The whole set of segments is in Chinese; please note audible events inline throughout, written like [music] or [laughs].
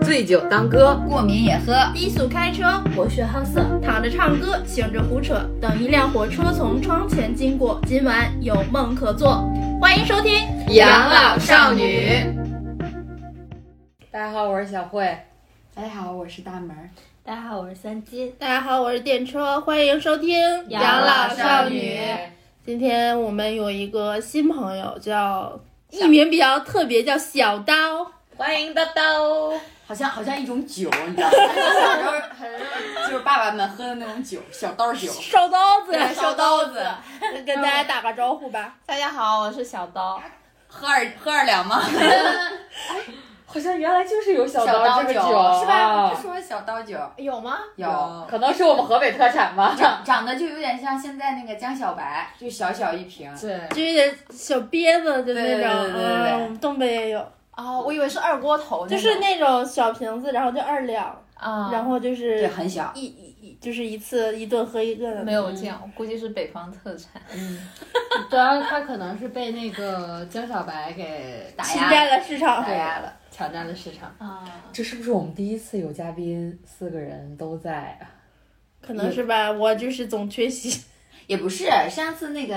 醉酒当歌，过敏也喝。低速开车，博学好色，躺着唱歌，醒着胡扯。等一辆火车从窗前经过，今晚有梦可做。欢迎收听《养老少女》。大家好，我是小慧。大家好，我是大门儿。大家好，我是三金。大家好，我是电车，欢迎收听《养老少女》。今天我们有一个新朋友，叫艺名比较特别，叫小刀。欢迎刀刀。好像好像一种酒，你知道吗？小时候很就是爸爸们喝的那种酒，小刀酒。烧刀子，烧 [laughs] 刀子，跟大家打个招呼吧。大家好，我是小刀。喝二喝二两吗？好像原来就是有小小刀这个酒，是吧？啊哦他 [laughs] 说小刀酒有吗？有，可能是我们河北特产吧。长长得就有点像现在那个江小白，就小小一瓶。对，就有点小憋子，就那对对种，对对对嗯，东北也有，哦，我以为是二锅头那就种，是那种小瓶子，然后就二两，啊，然后就是对，很小。一一一就是一次一顿喝一顿的，没有见过，估计是北方特产。主要他可能是被那个江小白给打侵压占了，了市场打。啊压了。抢占了市场。啊，这是不是我们第一次有嘉宾四个人都在啊？可能是吧，我就是总缺席。也不是，上次那个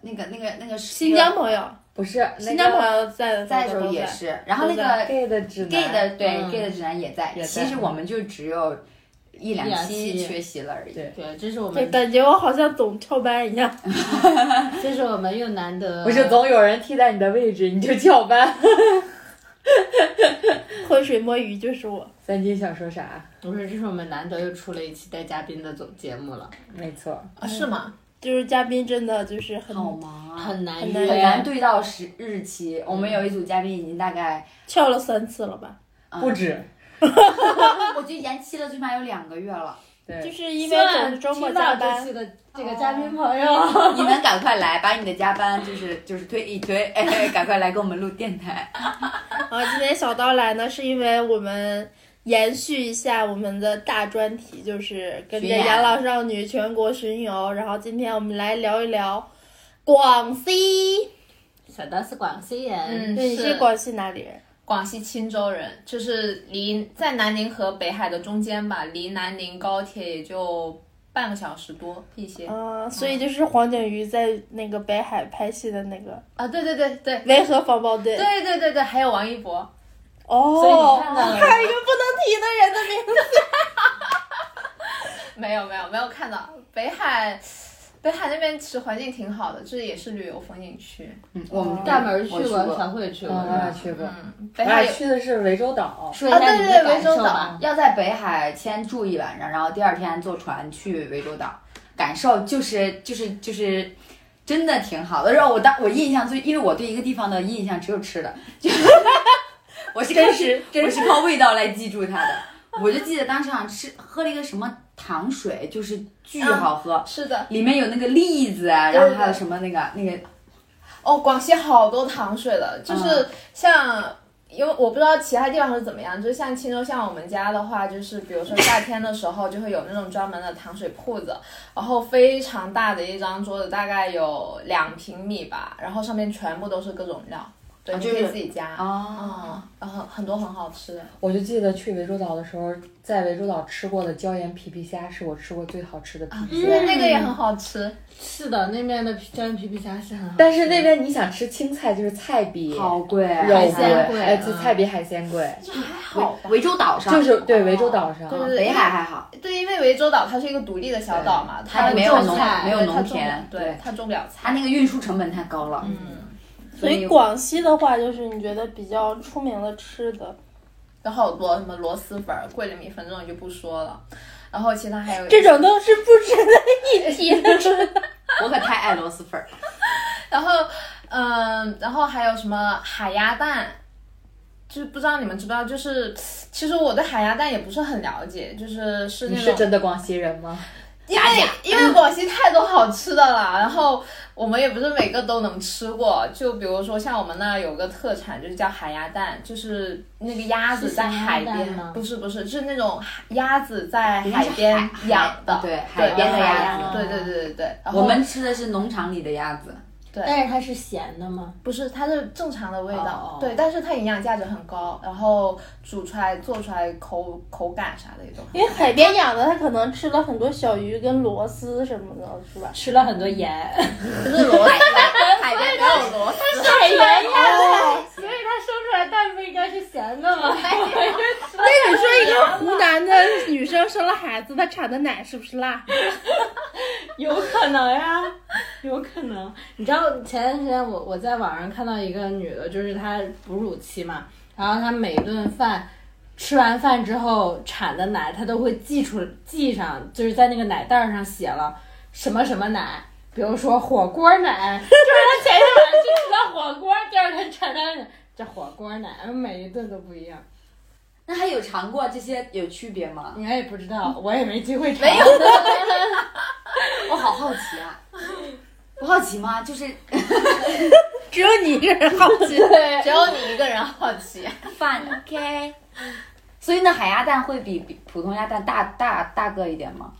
那个那个那个新疆朋友，不是，新那疆个朋友在的在的时时候候都也在。是，然后那都个 gay 的指南 gay 的对、嗯 gay 的指南也在。也在其实我们就只有一一两两期期缺席了而已。对对，这是我就们，感觉我好像总翘班一样， [laughs] 这是我们又难得不是总有人替代你的位置，你就翘班。浑水摸鱼就是我。三金想说啥？不是，这是我们难得又出了一期带嘉宾的总节目了，没错，是吗？就是嘉宾真的就是很好忙啊，很难很约，难很难对到时日嗯期。我们有一组嘉宾已经大概，翘了三次了吧，嗯不止。 [laughs] 我就延期了，最起码有两个 [laughs] 月了。就对，是因为总算是周末听加到班这，期的这个嘉宾朋友，你们赶快来，把你的加班就是就是推一推，哎，赶快来跟我们录电台。啊，今天小刀来呢，是因为我们延续一下我们的大专题，就是跟着巡演养老少女全国巡游。然后今天我们来聊一聊广西，小刀是广西人，对，你是广西哪里人？广西钦州人，就是离在南宁和北海的中间吧，离南宁高铁也就半个小时多一些。啊，所以就是黄景瑜在那个北海拍戏的那个啊，对对对对。维和防暴队。对对对对，还有王一博，所以哦你，看到了还有一个不能提的人的名字。没有没有没有看到北海，北海那边其实环境挺好的，就是也是旅游风景区。嗯，我们大门儿去我去过，小慧去过，嗯，我俩啊去过，嗯，我北海俩有去的是涠洲岛。说一啊下对你对的对涠感洲受岛吧。要在北海先住一晚上，然后第二天坐船去涠洲岛，感受就是就是就是。真的挺好的，然后我当我印象最，因为我对一个地方的印象只有吃的，就我是真实，我是靠味道来记住它的。我就记得当时好像吃喝了一个什么糖水，就是巨好喝，是的，里面有那个栗子啊，然后还有什么那个那个，哦，广西好多糖水的，嗯就是像。因为我不知道其他地方是怎么样，就像青州，像我们家的话，就是比如说夏天的时候，就会有那种专门的糖水铺子，然后非常大的一张桌子，大概有两平米吧，然后上面全部都是各种料，对，啊你就可以是自己加，哦，嗯，然后很多很好吃的，我就记得去涠洲岛的时候，在涠洲岛吃过的椒盐皮皮虾是我吃过最好吃的嗯皮皮虾。那个也很好吃，是的，那面的椒盐皮皮虾是很好吃，但是那边你想吃青菜，就是菜比好贵，啊肉海鲜贵哎，嗯就菜比海鲜贵，这还好吧？涠洲岛上就是对涠洲岛上啊对对对，北海还好，对，因为涠洲岛它是一个独立的小岛嘛，它它没有种农菜没有对农它种田对对它种不了菜。它那个运输成本太高了，嗯，所以广西的话，就是你觉得比较出名的吃的，有好多什么螺蛳粉儿、桂林米粉这种就不说了，然后其他还有这，种都是不值得一提的。我可太爱螺蛳粉儿，然后嗯，然后还有什么海鸭蛋。就是不知道你们知不知道，就是其实我对海鸭蛋也不是很了解，就是是你那是种真的广西人吗？因为因为广西太多好吃的了，然后我们也不是每个都能吃过。就比如说像我们那儿有个特产，就是叫海鸭蛋，就是那个鸭子是在咸鸭海蛋边吗，不是不是，是那种海鸭子在人家海是边海养的，对对海边的海鸭鸭子， [laughs] 对对对对对。然 [laughs] 后我们吃的是农场里的鸭子，对但是它是咸的吗？不是，它是正常的味道哦对，但是它营养价值很高，然后煮出来、做出来口口感啥的也都很因为海边养的，它可能吃了很多小鱼跟螺丝什么的，是吧？吃了很多盐，不是螺丝，海边没有螺丝。海盐呀，所以它生出来蛋不应该是咸的吗？那你说一个湖南的女生生了孩子，她产的奶是不是辣？有可能 [laughs] 呀，有可能。你知道前段时间我我在网上看到一个女的，就是她哺乳期嘛，然后她每顿饭吃完饭之后产的奶，她都会记出记上，就是在那个奶袋上写了什么什么奶。比如说火锅 [laughs] 奶，就是她前天晚上去吃的火锅，第二天产的奶，这火锅奶嗯每一顿都不一样。那还有尝过这些有区 [laughs] 别吗？你也不知道，我啊也没机会尝。我好好奇啊，不好奇吗？就是 [laughs] 只有你一个人好奇。只有你一个人好奇，饭 OK。所以那海鸭蛋会比比普通鸭蛋大大大个一点吗？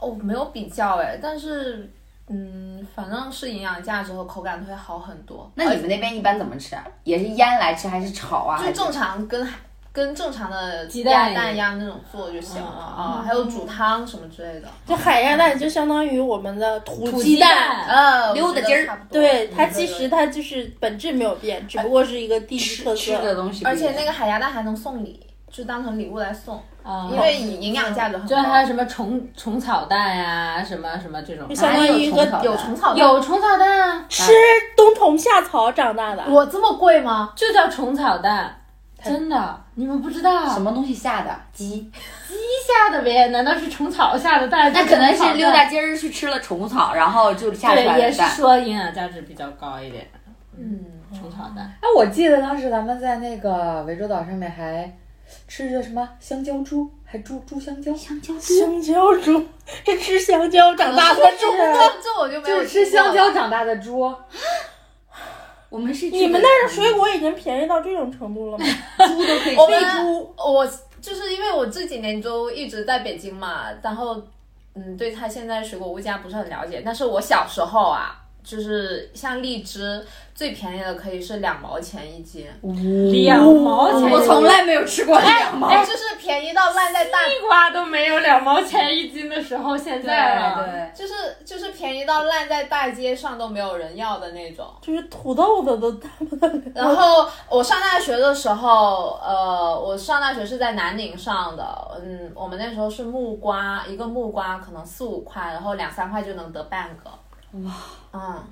哦我没有比较哎，但是嗯，反正是营养价值和口感都会好很多。那你们那边一般怎么吃啊？也是腌来吃还是炒啊？就还是正常跟跟正常的鸡蛋鸭蛋一样那种做就行了啊，还有煮汤什么之类的。这海鸭蛋就相当于我们的土鸡蛋。呃，溜达的筋儿对它其实它就是本质没有变，只不过是一个地域特吃的色。东西不一嗯而样？且那个海鸭蛋还能送礼，就当成礼物来送，啊因为营养价值很就嗯还有高。什么虫虫草蛋呀、什么什么这种就，相当于一哪里有虫个草有虫草蛋，有虫草蛋吃冬虫夏草长大的，我这么贵吗？就叫虫草蛋，真的，你们不知道什么东西下的鸡？下的呗？难道是虫草下的蛋？那可能是溜达蛋，鸡儿去吃了虫草，然后就下出对，来也的是蛋。说营养价值比较高一点，嗯，虫草蛋。哦哎，我记得当时咱们在那个涠洲岛上面还吃着什么香蕉猪，还猪猪香蕉，香蕉猪香蕉猪，这吃香蕉长大的猪。这这我就没就有是吃听过香蕉长大的猪。我们 [laughs] 是去你们北那儿京水果已经便宜到这种程 [laughs] 度了吗？猪都可以我吃。啊们我就是因为我这几年都一直在北京嘛，然后嗯，对它现在水果物价不是很了解，但是我小时候啊，就是像荔枝最便宜的可以是两毛钱一斤，两毛钱，我从来没有吃过两毛。哎，就是便宜到烂在大，地瓜都没有两毛钱一斤的时候，现在啊了。对，就是就是便宜到烂在大街上都没有人要的那种。就是土豆子 [laughs] 都大不了。然后我上大学的时候，呃，我上大学是在南宁上的，嗯，我们那时候是木瓜，一个木瓜可能四五块，然后两三块就能得半个，哇，嗯，哎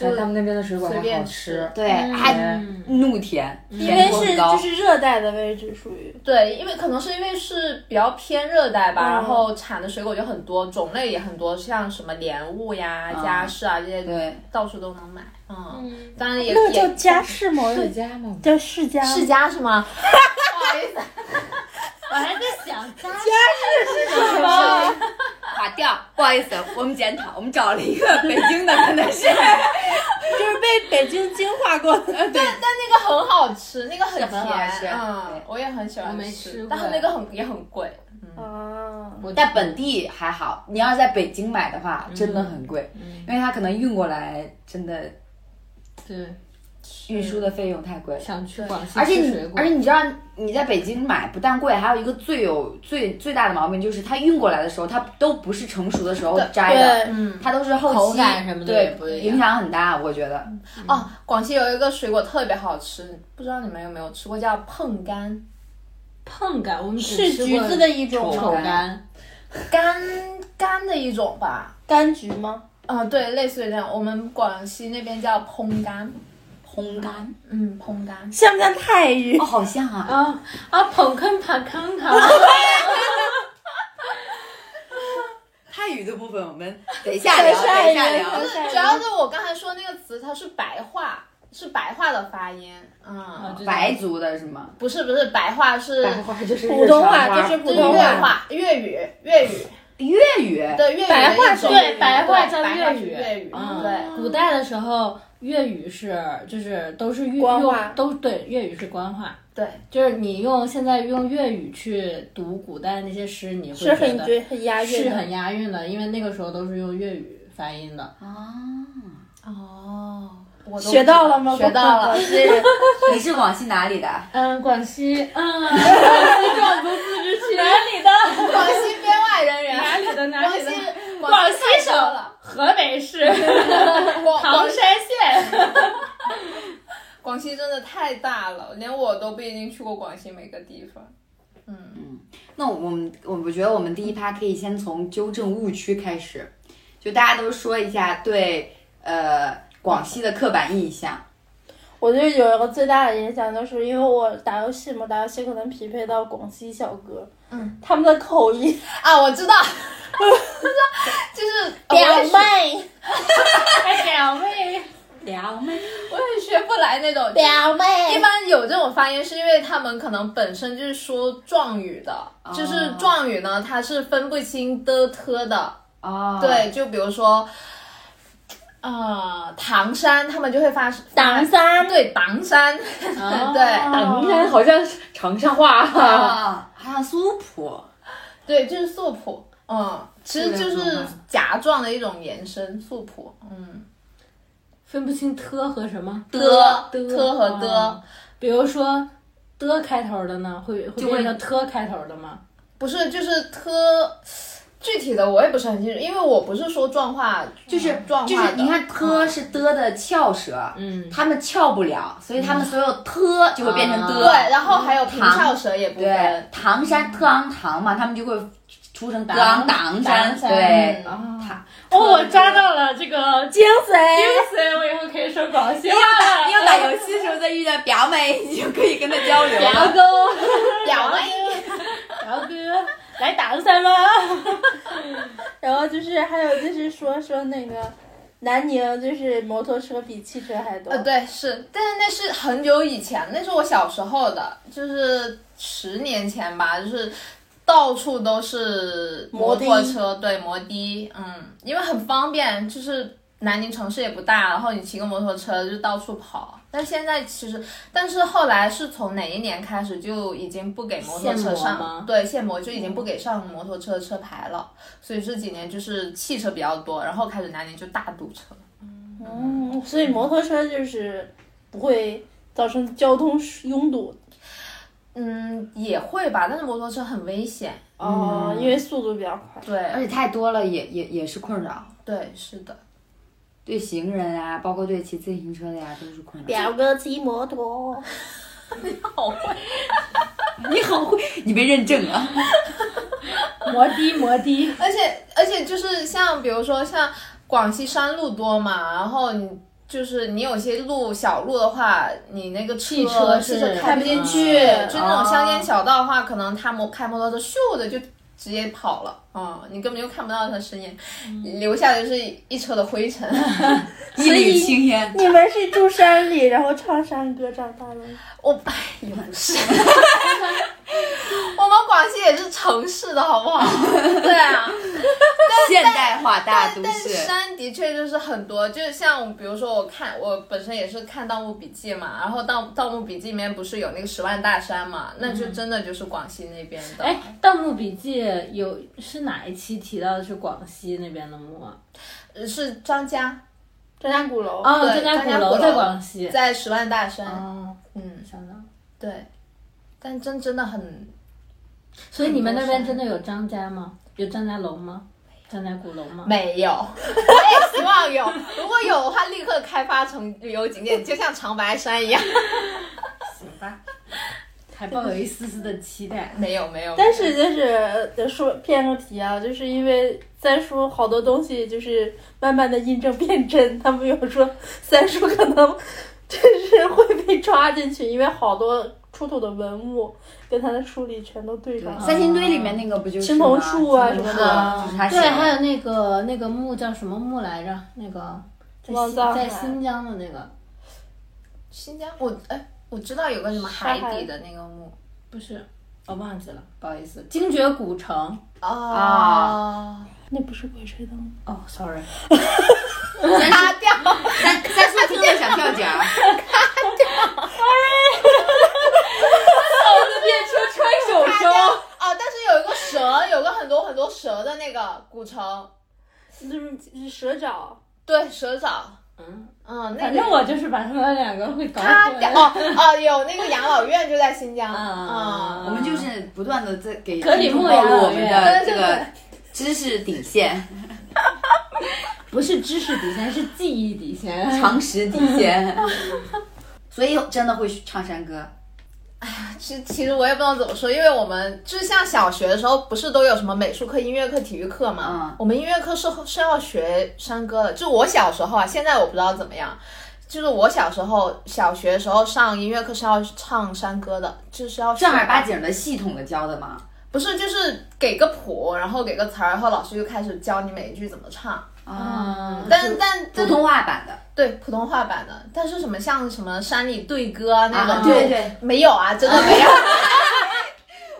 他们那边的水果还随便好吃吃。 [laughs] 对，嗯还怒甜，因为甜度是很就高。是热带的位置，属于对，因为可能是因为是比较偏热带吧，嗯然后产的水果就很多，种类也很多，像什么莲雾呀、嗯嘉士啊这些，对，到处都能买，嗯，当然也那个叫也家世吗？世家嘛，叫世家吗，世家是吗？不好意思，我还在想家垮掉，不好意思，我们检讨，我们找了一个北京的，可能 [laughs] 是就是被北京精化过的。对，但那个很好吃，那个很是甜，很好吃嗯对，我也很喜欢我没吃吃，过但是那个很也很贵，啊，在本地还好，你要是在北京买的话，真的很贵，因为它可能运过来，真的对，运输的费用太贵了。想去广西而且吃你水，果而且。你知道你在北京买不但贵，还有一个最有最最大的毛病就是它运过来的时候，它都不是成熟的时候对摘的，对，嗯，它都是后期口感什么的也不一对样嗯影响很大，我觉得。哦，广西有一个水果特别好吃，不知道你们有没有吃过，叫碰柑，碰柑，我们只是吃橘过子的一种丑吗？柑，柑柑的一种吧，柑橘吗？啊、对，类似于这样，我们广西那边叫烘干，烘干嗯，烘干，像不像泰语哦，？好像 [laughs] 啊，啊啊，捧啊坑爬坑 [laughs] 糖，泰语的部分我 [laughs] 们等一下对聊，是等一下泰语聊。对泰语主要是我刚才说那个词，它是白话，是白话的发音，啊 [laughs] 嗯，白族的是吗？不是不是白话是白花就是普通话日常就是这普是粤通话，话，粤语粤语粤语对粤语白的一话种是对白话叫对白话粤是语粤语，嗯对，古代的时候，粤语是就是都是粤官话用都对，粤语是官话。对，就是你用现在用粤语去读古代那些诗，你会是觉很得对很押韵是的。很押韵的，因为那个时候都是用粤语发音的。啊，哦，我都学到了吗学到了， [laughs] 是你是广西哪里的？嗯，广西， [laughs] 嗯，壮族自治区广西编外人员，哪里的哪广里的？西广西太省多 [laughs] 了，河北市广唐广山县。广西真的太大了，连我都不一定去过广西每个地方。嗯，那我们我我觉得我们第一趴可以先从纠正误区开始，就大家都说一下对呃广西的刻板印象。我就有一个最大的影响，就是因为我打游戏嘛，打游戏可能匹配到广西小哥，嗯，他们的口音，啊，我知道， [laughs] 就是就是表我也学妹，哎，表妹，聊妹，我也学不来那种。表 [laughs] 一妹，般有这种发音，是因为他们可能本身就是说壮语的，哦就是壮语呢，它是分不清的特的。哦，，对，就比如说，呃，唐山，他们就会发唐山，对唐山，哦 [laughs] 对唐哦山好像是长沙话啊，啊，好像苏普，对，就是素朴，嗯，其实就是的是夹壮的一种延伸，素朴，嗯，分不清特和什么的的特和的哦，比如说的开头的呢，会会就会变成特开头的吗？不是就是特。具体的我也不是很清楚，因为我不是说壮话，就是嗯壮就话是的。嗯你看特是的的翘舌，嗯，他们翘不了，所以他们所有特就会变成对，的。然后还有平翘舌也不啊对分，，唐山特昂唐嘛，他们就会出成特昂唐山。唐山对，嗯啊，哦，我抓到了这个精髓，精髓，我以后可以说广西话了。你嗯 [laughs] 要打游戏的时候再遇到表妹， [laughs] 你就可以跟她交流了。表妹表哥，来打个三吧。然后就是还有就是说说那个南宁就是摩托车比汽车还多呃，，对，是，但是那是很久以前，那是我小时候的，就是十年前吧，就是到处都是摩摩的托车，对，摩的，嗯，因为很方便，就是南宁城市也不大，然后你骑个摩托车就到处跑。但现在其实，但是后来是从哪一年开始就已经不给摩托限车摩上吗，对，限摩就已经不给上摩托车车牌了，所以这几年就是汽车比较多，然后开始南宁就大堵车。嗯，所以摩托车就是不会造成交通拥堵嗯，也会吧，但是摩托车很危险。哦，因为速度比较快。而对，且太多了也也也是困扰，对，是的。对行人啊，包括对骑自行车的呀、都是困扰。表哥骑摩托，你很会，你没认证 [laughs] 啊？摩的，摩的，而且而且就是像比如说像广西山路多嘛，然后你。就是你有些路小路的话，你那个汽车是是嗯开不开进不去，进去就那种乡间小道的话，可能他摩开摩托车咻的就直接跑了，嗯，你根本就看不到他身影，嗯留下的就是一车的 [laughs] 灰尘。一缕青烟， [laughs] 你们是住山里，然后唱山歌长大的吗？我哎，也不 [laughs] 是，我们广西也是城市的好 [laughs] 不好？对啊，现代化大都但是市。山的确就是很多，就是像比如说我看我本身也是看《盗墓笔记》嘛，然后盗《盗墓笔记》里面不是有那个十万大山嘛，那就真的就是广西那边的。哎，《盗墓笔记》有是哪一期提到的是广西那边的墓啊？呃是张家张家鼓楼哦，对张家张家鼓楼鼓楼在广西。在十万大山，哦，嗯，想到。对，但真真的很所以你们那边真的有张家吗？有张家楼吗？张家鼓楼吗？没有， [laughs] 我也希望有，如果有的话，立刻开发成旅游景点，就像长白山一样。 [laughs] 行吧，还抱有一丝丝的期待。没有没有，但是就是呃说偏个题啊，就是因为三叔好多东西就是慢慢的印证变真，他们有说三叔可能 [laughs] 就是会被抓进去，因为好多出土的文物跟他的书里全都对上了。三星堆里面那个不就是青铜树啊吗什么青铜树的就是他写对，还的。有那个那个墓叫什么墓来着？那个在忘新葬在海新疆的那个新疆，我哎，我知道有个什么海沙海底的那个墓不是，我忘记了，不好意思，精绝古城。啊那不是鬼吹灯吗？哦，sorry，擦掉。三三叔听了想跳脚，手声哦，但是有一个蛇，有个很多很多蛇的那个古城，就是蛇爪，对，蛇爪，嗯，嗯，那反个正我就是把他们两个会搞他混。哦哦，有那个养老院就在新疆啊啊，我们就是不断的在给格里听众木暴养露老我们的院这个知识底线、 [laughs] 不是知识底线，是记忆底线。常识底 [laughs] 线，所以真的会唱山歌。其其实我也不知道怎么说，因为我们就是像小学的时候，不是都有什么美术课、音乐课、体育课嘛？嗯我们音乐课是是要学山歌的，就我小时候啊，现在我不知道怎么样。就是我小时候小学的时候上音乐课是要唱山歌的，就是要正儿学八，经的、系统的教的嘛。不是就是给个谱，然后给个词儿，然后老师就开始教你每一句怎么唱。啊，但但普这通话版的，对普通话版的，但是什么像什么山里对歌啊那种、啊对对，没有啊，真的 [laughs] 没有。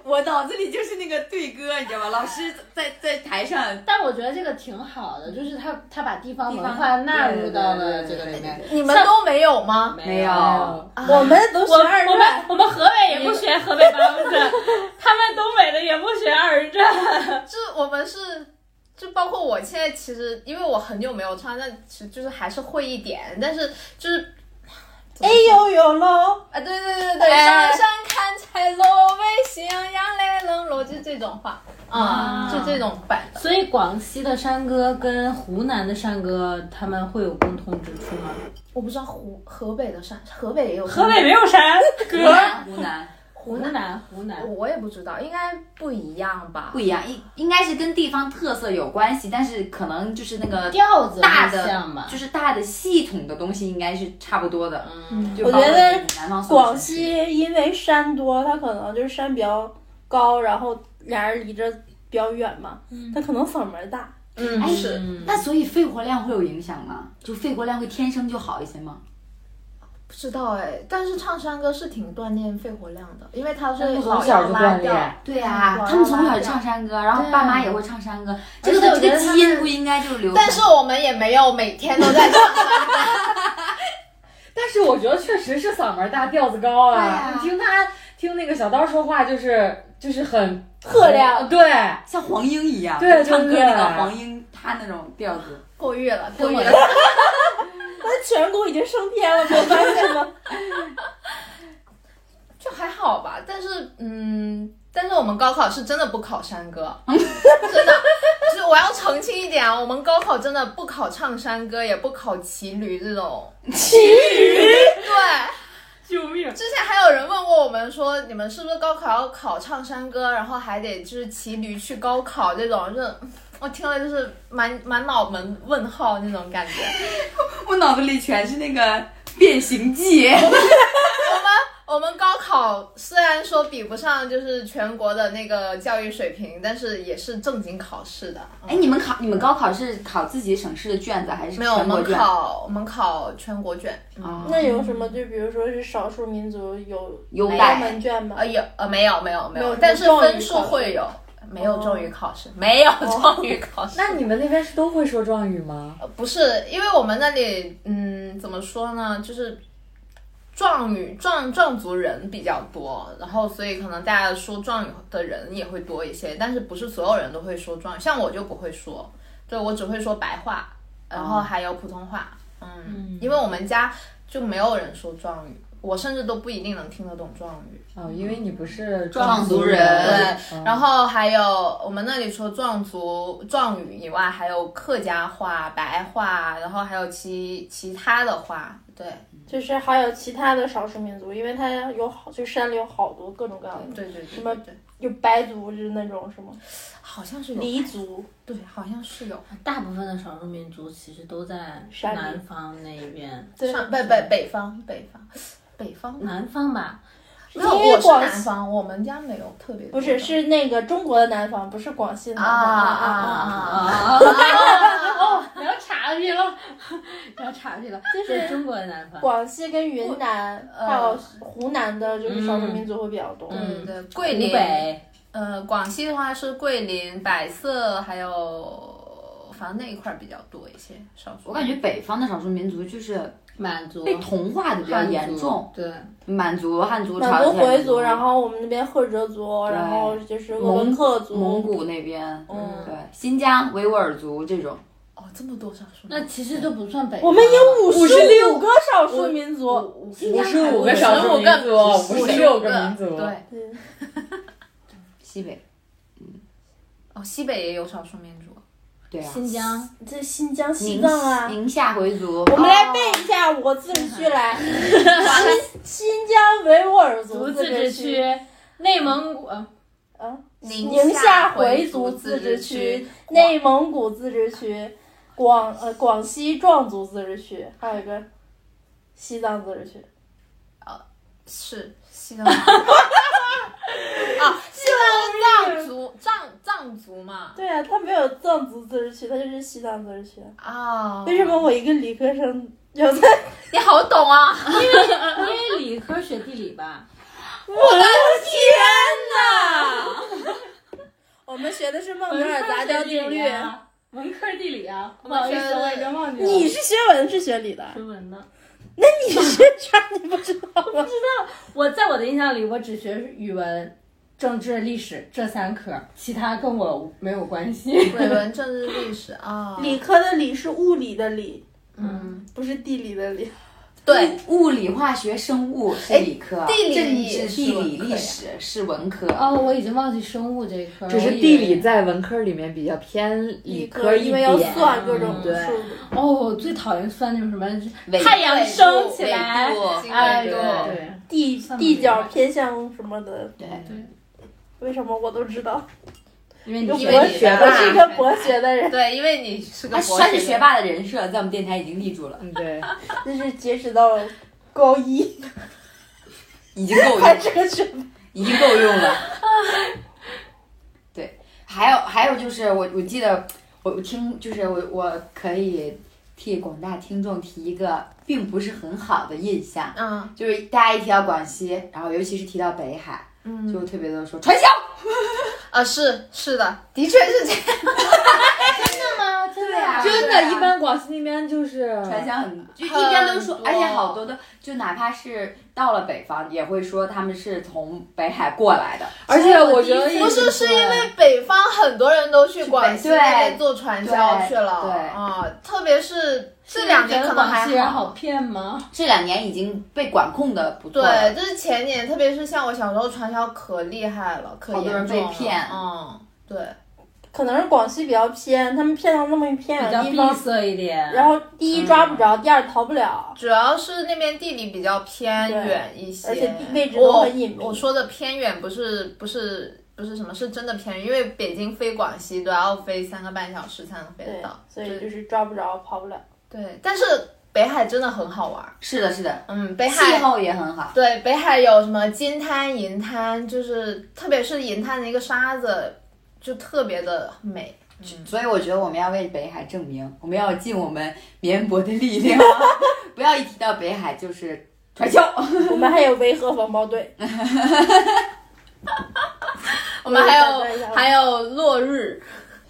我脑子里就是那个对歌，你知道吗？老师在在台上但我觉得这个挺好的，就是他他把地方地文方化纳入对对到对了对这个对里面。你们都没有吗？没有，我们都学我二我战们，我们河北也不学河北梆子， [laughs] 他们东北的也不学二人转。就是我们是，就包括我现在其实，因为我很久没有唱，但其实就是还是会一点，但是就是哎呦呦喽，啊，对对对对，哎上山看彩楼，为夕阳来冷落，就这种话啊，啊就这种版的。所以广西的山歌跟湖南的山歌，他们会有共通之处吗？我不知道湖河北的山，河北也有河北没有山湖歌，南湖南湖南湖南我也不知道，应该不一样吧？不一样，应应该是跟地方特色有关系，但是可能就是那个调子大不像的吧，就是大的系统的东西应该是差不多的。嗯，就我包括觉得南方宋广词西因为山多，它可能就是山比较高，然后俩人离着比较远嘛，它可能嗓门大。嗯，哎是那所以肺活量会有影响吗？就肺活量会天生就好一些吗？不知道哎，但是唱山歌是挺锻炼肺活量的，因为它是们从老小要就拉锻调炼对呀、嗯他们从小就唱山歌，然后爸妈也会唱山歌，这个而且我这觉个得他们基因不应该就流传？但是我们也没有每天都在唱山歌。 [laughs] 但是我觉得确实是嗓门大、调子高对啊。呀你听他听那个小刀说话，就是就是很特亮，对，像黄英一样，对对就唱歌那个对黄英，他那种调子。过誉了， [laughs] 过跟誉我了。那颧骨已经升天了，没有发现吗？就还好吧，但是嗯，但是我们高考是真的不考山 [laughs] 歌，真的，就是我要澄清一点啊，我们高考真的不考唱山歌，也不考骑驴这种。骑驴？对，救命！之前还有人问过我们说，你们是不是高考要考唱山歌，然后还得就是骑驴去高考这种，就是我听了就是满满脑门问号那种感觉。我脑子里全是那个《变形记》我们高考虽然说比不上就是全国的那个教育水平，但是也是正经考试的。嗯哎，你们考你们高考是考自己省市的卷子还是没有，我全国们卷？考我们考全国卷，啊那有什么？就比如说是少数民族有优没有待门卷吗？呃有呃没有没有没没有有，但是中语分数考试会有，没有中语考试，没有 [laughs] 中语考试。那你们那边是都会说壮语吗？呃不是因为我们那里嗯怎么说呢，就是壮语壮壮族人比较多，然后所以可能大家说壮语的人也会多一些，但是不是所有人都会说壮语，像我就不会说，对我只会说白话，然后还有普通话，嗯，因为我们家就没有人说壮语，我甚至都不一定能听得懂壮语。哦，因为你不是嗯壮族族人人，对，然后还有我们那里除了壮族、壮语以外，还有客家话、白话，然后还有其其他的话。对就是还有其他的少数民族，因为它有好，就山里有好多各种各样的，对对什对么对对，有白族就是那种什么好像是有，黎族，对，好像是有。大部分的少数民族其实都在山里南方那边，对，上北北北方北方北方南方吧，没有，因为我是广南方，我们家没有特别多不的是是那个中国的南方，不是广西的啊南方嗯啊啊啊啊！哦，聊岔劈了，聊岔劈了，就是中国的南方。广西跟云南呃还有湖南的，就是少数民族会比较多。嗯对对，湖桂林，北，呃，广西的话是桂林、百色，还有反正那一块儿比较多一些，少数。我感觉北方的少数民族就是满族、嗯被同化的比较汉族严重，，对，满族、汉族、满族、朝鲜回族，然后我们那边赫哲族，然后就是鄂温克族、蒙古那边，嗯对，新疆维吾尔族这种，哦，哦，这么多少数？那其实就不算北方。我们有五五十六个少数民族，新疆十还五有个少数民族，五五十十六六个个民族，对，嗯西北，哦，西北也有少数民族。对啊，新疆，这新疆、西宁藏啊。宁夏回族，哦我们来背一下我自治区来，新新疆维吾尔族族自治治区，内蒙古，呃啊，宁宁夏夏回回族族自自治治区区、内蒙古自治区、广呃广西壮族自治区，还有一个西藏自治区。 [laughs] 是西藏啊，西藏藏族藏藏族嘛对啊，它没有藏族自治区，它就是西藏自治区。啊，哦为什么我一个理科生要在你好懂啊！因为理科学地理吧， [laughs] 我们学的是孟文德尔科杂学交地定律理？啊，文科地理啊，不好意思，我已经忘记了。你是学文是学理的？学文的，你是啥？你不知道吗？我在我的印象里，我只学语文、政治、历史这三科，其他跟我无没有关系。 [laughs] 伟文政治历史啊，理科的理是物理的理，嗯，不是地理的理。对物理、化学、生物哎是理科，地理政也治、是地文理、科历呀史是文科。哦，我已经忘记生物这一科了，只是我以为地理。在文科里面比较偏理科一因为要点。算各种嗯数对理。哦，我最讨厌算那种什纬么度太阳升起来纬，度哎，纬对度对地算不地明角白偏向什么的，对，对，为什么我都知道？因为一个你博因为你学，学我是一个啊霸博学的人，对，因为你是个他博他是啊学学霸的人设，在我们电台已经立住了，嗯，对，这是截止到高一已经够用还了，是个学霸。已经够用了。对，还有还有就是我我记得我我听就是我我可以替广大听众提一个并不是很好的印象，嗯就是大家一提到广西，然后尤其是提到北海，嗯，就特别的说传销，啊是是的，的确是这样。对呀、真对啊的，啊一般广西那边就是传销很，就一很边都说，多而且好多的，就哪怕是到了北方，也会说他们是从北海过来的。而且我觉得不是，是因为北方很多人都去广西去北那边做传销对去了，对啊，特别是这两年可能还广西人好好，骗吗？这两年已经被管控的不错了，对，就是前年，特别是像我小时候传销可厉害了，可好多人严重了被骗嗯，对，可能是广西比较偏，他们偏到那么一偏比远较的闭地方，塞一点。然后第一抓不着，第二逃不了。主要是那边地理比较偏对远一些，而且地位置都很隐秘我我说的偏远不是不是不是什么，是真的偏远，因为北京飞广西都要飞三个半小时才能飞得对到，，所以就是抓不着，跑不了。对，但是北海真的很好玩儿，是的，是的，嗯，北海气候也很好。对，北海有什么金滩、银滩，就是特别是银滩的一个沙子，就特别的美。所以我觉得我们要为北海证明，我们要尽我们绵薄的力 [laughs] 量，不要一提到北海就是传 [laughs] 销。我们还有维和防暴队，我们还我也想有到还有落日，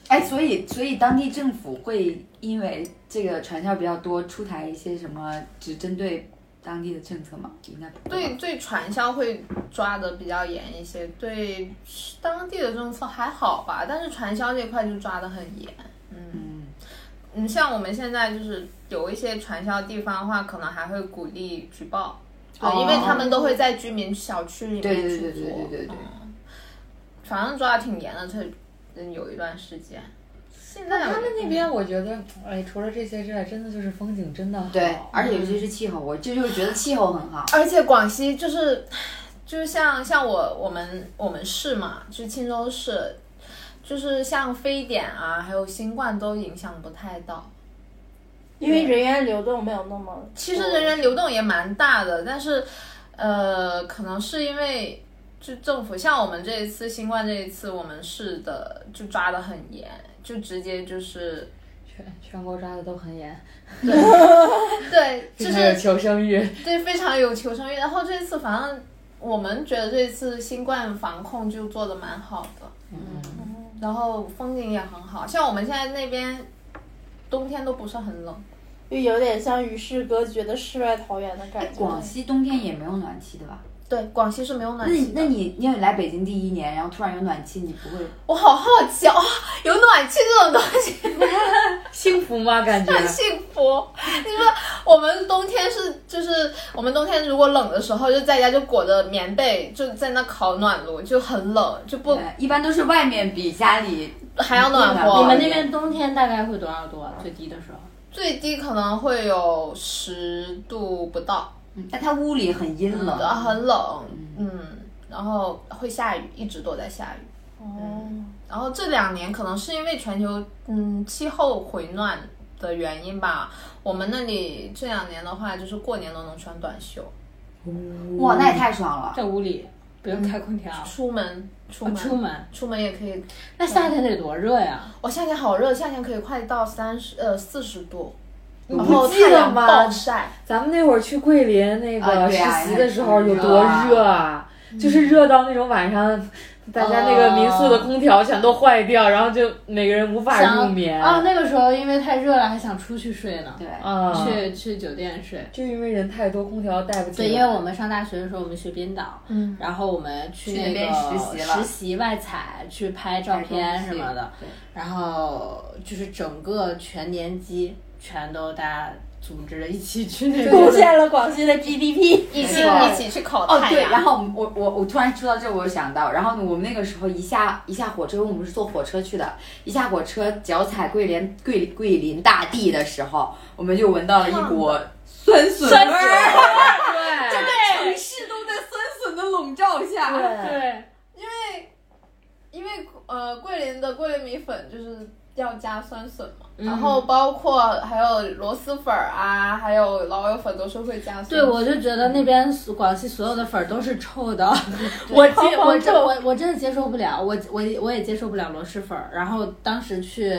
哎，所以所以当地政府会因为这个传销比较多，出台一些什么只针对当地的政策吗？应该不会吧对对，传销会抓的比较严一些，对当地的政策还好吧，但是传销这块就抓的很严。嗯，嗯，像我们现在就是有一些传销地方的话，可能还会鼓励举报，对，哦因为他们都会在居民小区里面对对去对做嗯对对对对。反正抓的挺严的，他嗯有一段时间。现在他们那边，我觉得，哎，除了这些之外，真的就是风景真的好。对，而且尤其是气候，我这就是觉得气候很好。而且广西就是，就是像像我我们我们市嘛，就是钦州市，就是像非典啊，还有新冠都影响不太到。因为人员流动没有那么多。其实人员流动也蛮大的，但是，呃，可能是因为就政府像我们这一次新冠这一次，我们市的就抓的很严，就直接就是全全国抓的都很严，对，就还有是求生欲。对，非常有求生欲。然后这次反正我们觉得这次新冠防控就做的蛮好的，嗯，然后风景也很好，像我们现在那边冬天都不是很冷。就有点像与世隔绝的世外桃源的感觉。哎广西冬天也没有暖气的吧？对，广西是没有暖那气你的。那你因为来北京第一年，然后突然有暖气，你不会我好好奇哦， [laughs] 有暖气这种东西 [laughs] 幸福吗？感觉很幸福。你说我们冬天是就是我们冬天如果冷的时候，就在家就裹着棉被，就在那烤暖炉，就很冷，就不呃一般都是外面比家 [laughs] 里还要暖和。你们那边冬天大概会多少度啊？最低的时候？最低可能会有十度不到，嗯但它屋里很阴冷，啊，很冷，嗯，然后会下雨，一直都在下雨。哦，然后这两年可能是因为全球嗯气候回暖的原因吧，我们那里这两年的话，就是过年都能穿短袖，哇，那也太爽了。在屋里不用开空调，出门出我门、啊出门。出门也可以。那夏天得多热呀！我、夏天好热，夏天可以快到三十呃四十度，然不后记得太阳吗暴晒。咱们那会儿去桂林那啊个对实啊习的时候有多热啊，就是热到那种晚上，大家那个民宿的空调全都坏掉，然后就每个人无法入眠啊，那个时候因为太热了，还想出去睡呢，对，啊，哦去去酒店睡。就因为人太多，空调带不起来。对，因为我们上大学的时候，我们去冰岛，嗯，然后我们去去那那边个实习了习外采，去拍照片什么的，对，然后就是整个全年级全都大家组织着一起去那贡个。献了广西的 GDP。一起没错一起去烤哦太对，阳。然后我我我突然说到这，我有想到，然后呢，我们那个时候一下一下火车，因为我们是坐火车去的，一下火车脚踩桂林桂桂林大地的时候，我们就闻到了一股酸笋味儿，整对，个城市都在酸笋的笼罩下。对，对，因为因为呃，桂林的桂林米粉就是要加酸笋嘛，然后包括还有螺蛳粉儿啊，还有老友粉都是会加酸笋。对，我就觉得那边广西所有的粉儿都是臭的， [laughs] 我接我这我我真的接受不了，我我我也接受不了螺蛳粉儿。然后当时去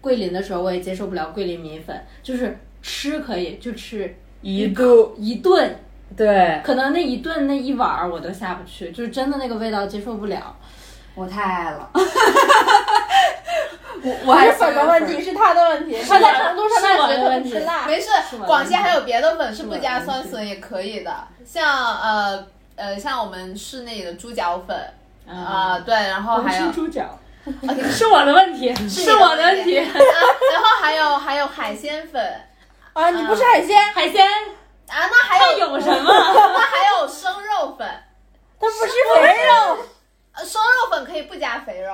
桂林的时候，我也接受不了桂林米粉，就是吃可以，就吃一度一顿，对，可能那一顿那一碗儿我都下不去，就是真的那个味道接受不了。我太爱了，我我还是是粉的问题，是他的问题。他在成都上大学，他不吃辣。没事是，吗广西还有别的粉是不加酸笋也可以的，像呃呃，像我们市内的猪脚粉啊、对，然后还有嗯吃猪脚，是我的问题，是我的问题。啊 [laughs] 然后还有还有海鲜粉啊，你不吃海鲜，海鲜啊，那还它有有什 [laughs] 么？啊那还有生肉粉，他不吃肥肉。呃生肉粉可以不加肥肉。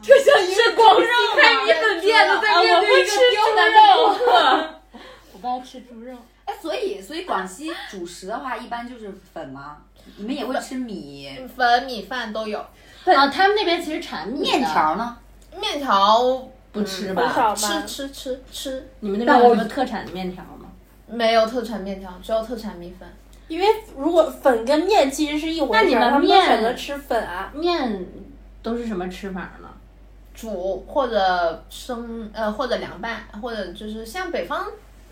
就像一个广西开啊米粉店的在面对一个刁难的顾客。 [laughs] 我不爱吃猪肉，哎，所以所以广西主食的话，一般就是粉吗？你们也会吃米粉、米饭都有，啊，他们那边其实产米的嗯面条呢？面条不吃很少吧？吃吧吃吃吃，你们那但边有我什么特产的面条吗？没有特产面条，只有特产米粉。因为如果粉跟面其实是一回事儿，那你们他们都面选择吃粉啊。面都是什么吃法呢？煮或者生呃或者凉拌，或者就是像北方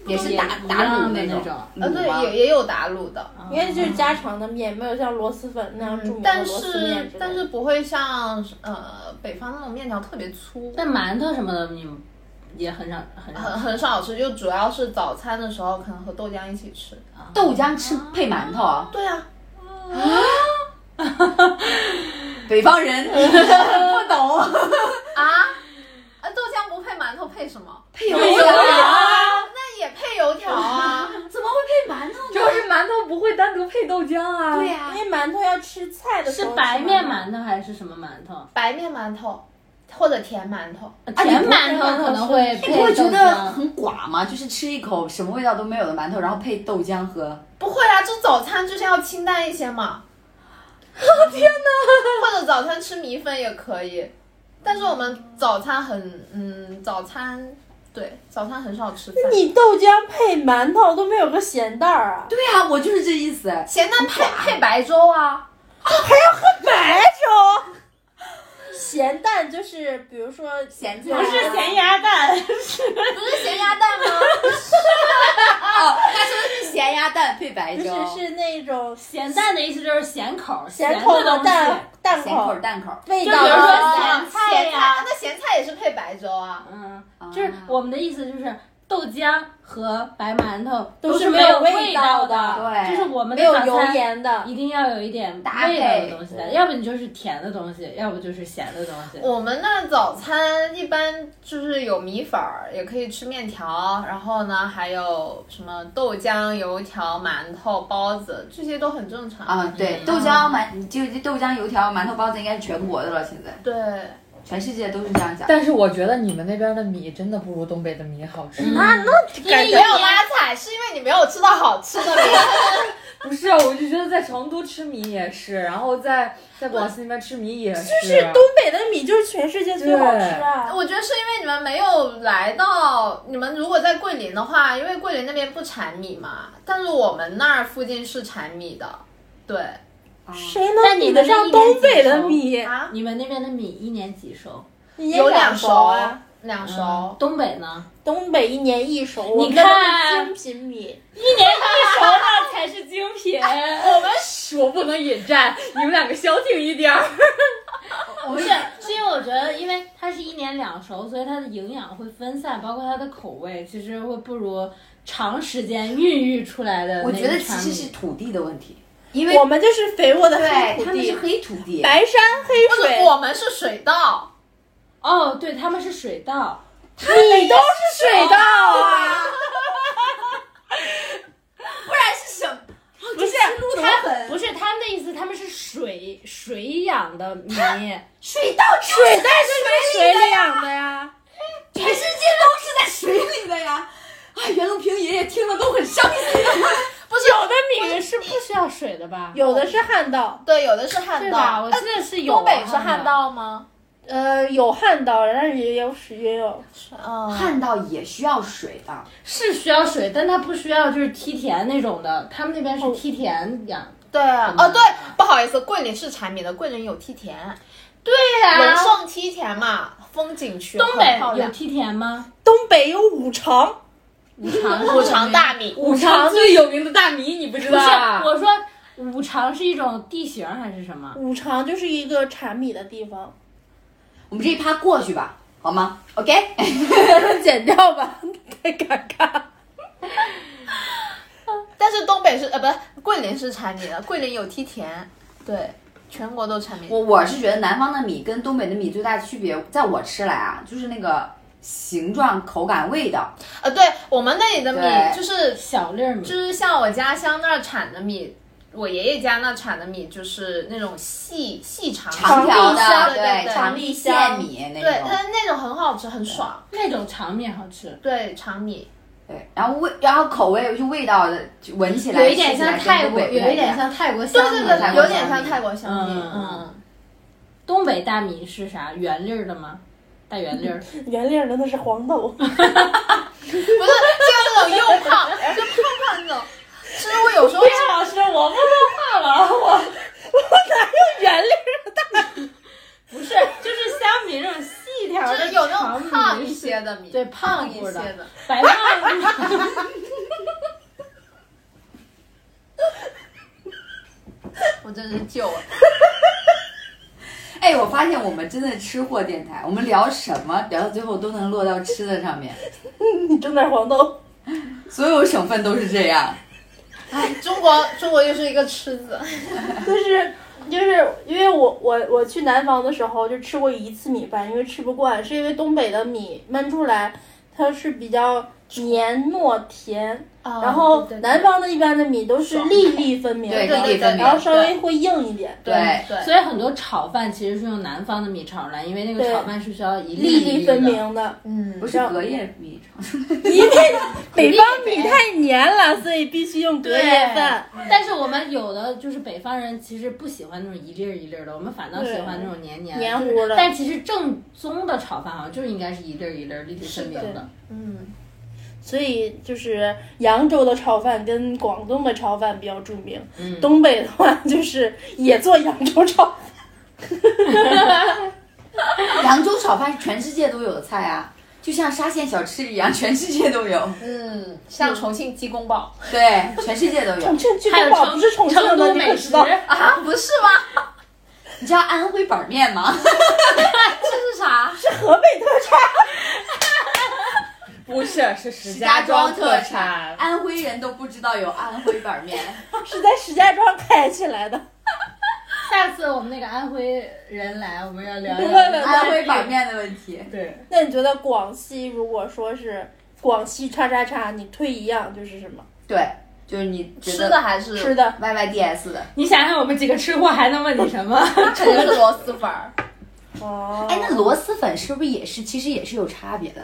也是打也打一卤样的那种嗯种，嗯啊呃对卤吗也也有打卤的，应该就是家常的面，没有像螺蛳粉那样著名的啊嗯但螺蛳面是之类的但是不会像呃北方那种面条特别粗，但馒头什么的，你们也很少很少很很少吃，就主要是早餐的时候可能和豆浆一起吃。豆浆吃配馒头啊，对啊， [laughs] 北方人 [laughs] 不 [laughs] 懂。啊 [laughs] 啊豆浆不配馒头配 [laughs] 什么？配油条那也配油条 [laughs] 啊。怎么会配馒头主要是馒头不会单独配豆浆啊。对呀、因为馒头要吃菜的时是候白面馒 [laughs] 馒头还是什么馒头？白面馒头或者甜馒头，甜馒头可能会你不会配豆觉得浆。 [laughs] 很寡吗？就是吃一口什么味道都没有的馒头，然后配豆浆喝。不会啊，这早餐就是要清淡一些嘛。天哪！或者早餐吃米粉也可以，但是我们早餐很嗯，早餐对早餐很少吃饭头。。你豆浆配馒头都没有个咸蛋儿啊？对呀、我就是这意 [laughs] 思。咸蛋配配白粥啊，白粥。咸蛋就是，比如说咸菜不是咸鸭蛋， [laughs] 不是咸鸭蛋 [laughs] 吗？哦，他说的是咸鸭蛋配白不粥，是是那种咸蛋的意思就是咸口，咸口口的蛋蛋咸口蛋口。味就道比如说啊咸菜咸菜呀那咸菜也是配白粥啊。嗯，就是我们的意思就是豆浆和白馒头都是是没没有味味道的，的对就是啊我们的没有早油餐盐的。一定要有一点搭味道的配东西的，要不你就是甜的东西，要不就是咸的东西。我们那早餐一般就是有米粉儿，也可以吃面条，然后呢还有什么豆浆、油条、馒头、包子，这些都很正常。啊，对，豆浆馒就豆浆、油条、馒头、包子应该是全国的了，现在对，全世界都是这样讲。但是我觉得你们那边的米真的不如东北的米好吃。嗯没有拉踩，是因为你没有吃到好吃的米。不是，啊我就觉得在成都吃米也是，然后在在广西那边吃米也是。就是东北的米就是全世界最好吃啊！ [laughs] 我觉得是因为你们没有来到，你们如果在桂林的话，因为桂林那边不产米嘛，但是我们那儿附近是产米的，对，谁但能你比们得是上一年东北级的收米？啊你们那边的米一年几熟？你也有两两熟熟啊！，两熟。东北呢？东北一年一熟，我你们都是看精品米，熟那才是精 [laughs] 品。我不能引战，你们两个消停一点儿。不是，是因为我觉得，因为它是一年两熟，所以它的营养会分散，包括它的口味，其实会不如长时间孕育出来的那个我觉得其产实品是土地的问题，因为我们就是肥沃的黑对土他们是地，黑土地，白山黑不水是，。我们是水稻，哦，对，他们是水稻，你都是水稻啊！不然是什么？不是路他都很不是他们的意思，他们是水水养的 [laughs] 米，水稻水水在这是水里养的呀。全世界都是在水里的呀！啊，袁隆平爷爷听了都很伤心。不是有有的米是不需要水的吧？有的是旱稻，对，有的是旱对吧？稻啊我，记得是有东北是旱旱。稻吗？呃，有旱稻，但是也有水，也有嗯，旱稻也需要水的，是需要水，但它不需要就是梯田那种的，他们那哦边是梯田养。对啊，嗯哦对，不好意思，桂林是产米的，桂林有梯田，对呀龙胜梯田嘛，风景区东很漂北有亮，梯田 [laughs] 吗？东北有五常，五常是五常大米，五常最有名的大米你不知不道是啊？我说五常是一种地形还是什么？五常就是一个产米的地方，我们这一趴过去吧，好吗？OK，剪掉吧，太尴尬。但是东北是呃不是桂林是产米的，桂林有梯田，对，全国都产米。 [laughs] 我我是觉得南方的米跟东北的米最大的区别，在我吃来啊，就是那个形状、口感、味道。呃，对，我们那里的米对就是小粒儿米就。是像我家乡那儿产的米，我爷爷家那产的米就是那种细细长长条粒香的，对对长粒，粒线米那对，种。但是那种很好吃，很爽。那种长面好吃，对，长米对，然后味，然后口味就味道的，就闻起来有一点像泰国，吃有起来跟东北不太一点样像泰国香米那种。对对对，有点像泰国香米，嗯嗯，东北大米是啥？圆粒儿的吗？带圆 [laughs] 粒儿。圆粒儿的那是黄豆，不是像那种又胖就胖胖那种， [laughs] 其实我有时候老师，我不说话了，我我哪有圆粒大？不是，就是香米那种细条就的是有那种长胖米一些的米，对，胖一乎些的的。白胖乎。我真是救了。哎，我发现我们真的吃货电台，我们聊什么聊到最后都能落到吃的上面， [laughs] 你整点黄豆。所有省份都是这样。哎，中国中国又是一个吃字，就是就是因为我我我去南方的时候就吃过一次米饭，因为吃不惯，是因为东北的米焖出来它是比较黏糯甜，然然后南方的一般的米都是粒粒分明，对对粒粒对分对明然后稍微会硬一点，对对所以很多炒饭其实是用南方的米炒出来，因为那个对炒饭是需要一粒一粒粒分的。明的。嗯不，是隔夜米肠，因为北方米太黏了，所以必须用隔夜饭。但是我们有的就是北方人，其实不喜欢那种一粒儿一粒儿的，我们反倒喜欢那种黏黏黏就是糊的但其实正宗的炒饭好像就是应该是一粒儿一粒儿、粒粒分明是的的。嗯，所以就是扬州的炒饭跟广东的炒饭比较著名，嗯东北的话就是也做扬州炒饭。 [laughs] 扬州炒饭是全世界都有的菜啊，就像沙县小吃一样，全世界都有。嗯，像重庆鸡公煲对，全世界都有重。庆鸡还有公煲不成是重庆成的，都你可美知食，道？啊，不是吗？你知道安徽板面吗？这是啥？河北特产。不是，是石石家庄特啊产。安徽人都不知道有安徽板面，是在石家庄开起来的。下次我们那个安徽人来，我们要 [laughs] 聊别问问聊。安徽板面的问题。对，那你觉得广西如果说是广西叉叉叉，你推一样就是什么？对，就是你觉吃的得还嗯是吃的 Y Y D S 的，你想想我们几个吃货还能问你什么？ [laughs] 那肯定是螺蛳粉儿。哦，哎，那螺蛳粉是不是也是其实也是有差别的？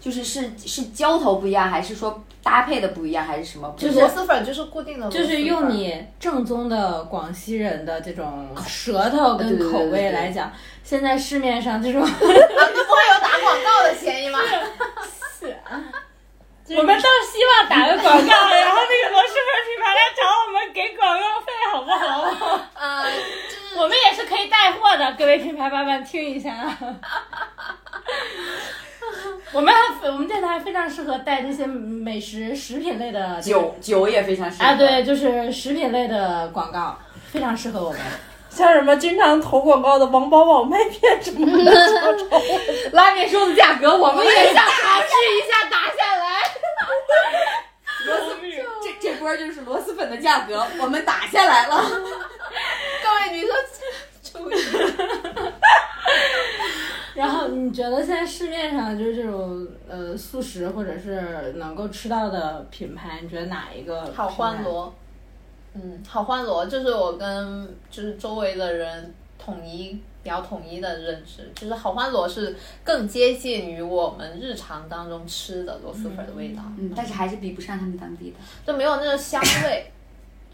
就是是是浇头不一样，还是说搭配的不一样，还是什么不一样？螺蛳粉儿就是固定的螺蛳粉就儿，是用你正宗的广西人的这种舌头跟口对对对对味来讲，现在市面上这种不会有打广告的嫌疑吗？我们倒希望打个广告，然后那个螺蛳粉品牌来找我们给广告费，好不好？ [laughs] 呃，我们也是可以带货的，各位品牌爸爸听一 [laughs] 下啊。我们还我们电台非常适合带这些美食食品类的酒酒也非常适合啊，对，就是食品类的广告，非常适合我们。像什么经常投广告的王饱饱麦片什么的，拉面收的价格，我们也想尝试一下。螺蛳 [laughs] 这这波就是螺蛳粉的价格，我们打下来了。各位女生注意， [laughs] 然后你觉得现在市面上就是这种呃速食或者是能够吃到的品牌，你觉得哪一个好欢品牌？螺。嗯，好欢螺就是我跟就是周围的人统一比较统一的认知，就是好欢螺是更接近于我们日常当中吃的螺蛳粉的味道，嗯，但是还是比不上他们当地的。就没有那个香味，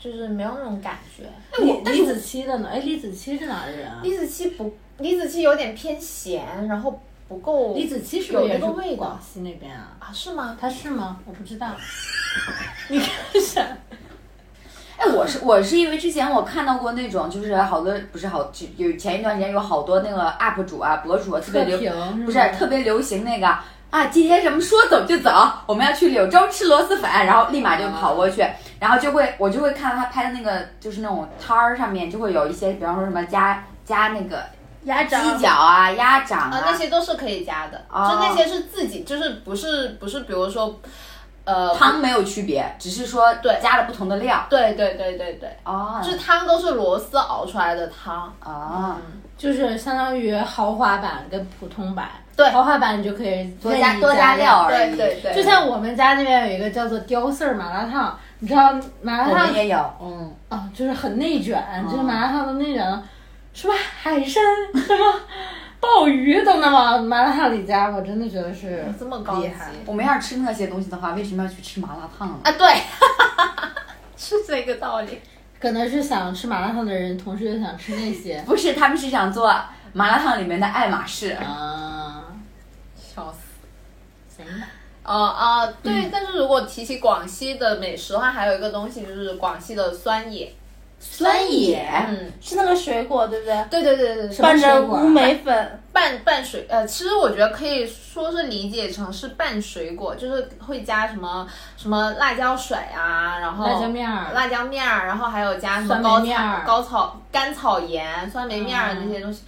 就是没有那种感觉。李李子柒的呢？哎，李子柒是哪儿的人啊？李子柒不，李子柒有点偏咸，然后不够李子柒是不有是也那是个味道广西那边啊？啊？是吗？他是吗？我不知道。你看一下，哎，我是我是因为之前我看到过那种，就是好多不是好，就有前一段时间有好多那个 UP 主啊、博主啊，特别测流评不是吗特别流行那个啊，今天什么说走就走，我们要去柳州吃螺蛳粉，然后立马就跑过去，然后就会我就会看到他拍的那个就是那种摊儿上面就会有一些，比方说什么加加那个鸭鸡脚啊、鸭掌啊，那些都是可以加的，哦就那些是自己，就是不是不是，比如说，呃，汤没有区别，只是说对加了不同的料对对对对对，哦就是汤都是螺丝熬出来的汤，啊哦，就是相当于豪华版跟普通版。对豪华版你就可以多任意加多加加料而对已，对对，就像我们家那边有一个叫做雕丝儿麻辣烫，你知道麻辣我烫们也有。嗯，啊，就是很内卷，就是麻辣烫都内卷了，是吧？海参什么鲍鱼都能往麻辣烫里加，我真的觉得是这么高级厉害我们要是吃那些东西的话，为什么要去吃麻辣烫呢？啊，对， [laughs] 是这个道 [laughs] 理。可能是想吃麻辣烫的人，同时又想吃那些不是，他们是想做麻辣烫里面的爱马仕。啊，笑死。行吧。哦啊、对，但是如果提起广西的美食的话，还有一个东西就是广西的酸野，酸野，嗯，是那个水果对不对？对对对对对，拌着水果啊乌梅 [laughs] 粉，拌拌水，呃，其实我觉得可以说是理解成是拌水果，就是会加什么什么辣椒水啊，然后辣椒面儿辣椒面儿，然后还有加什么酸梅高面草儿高草甘草盐、酸梅面儿嗯这些东西。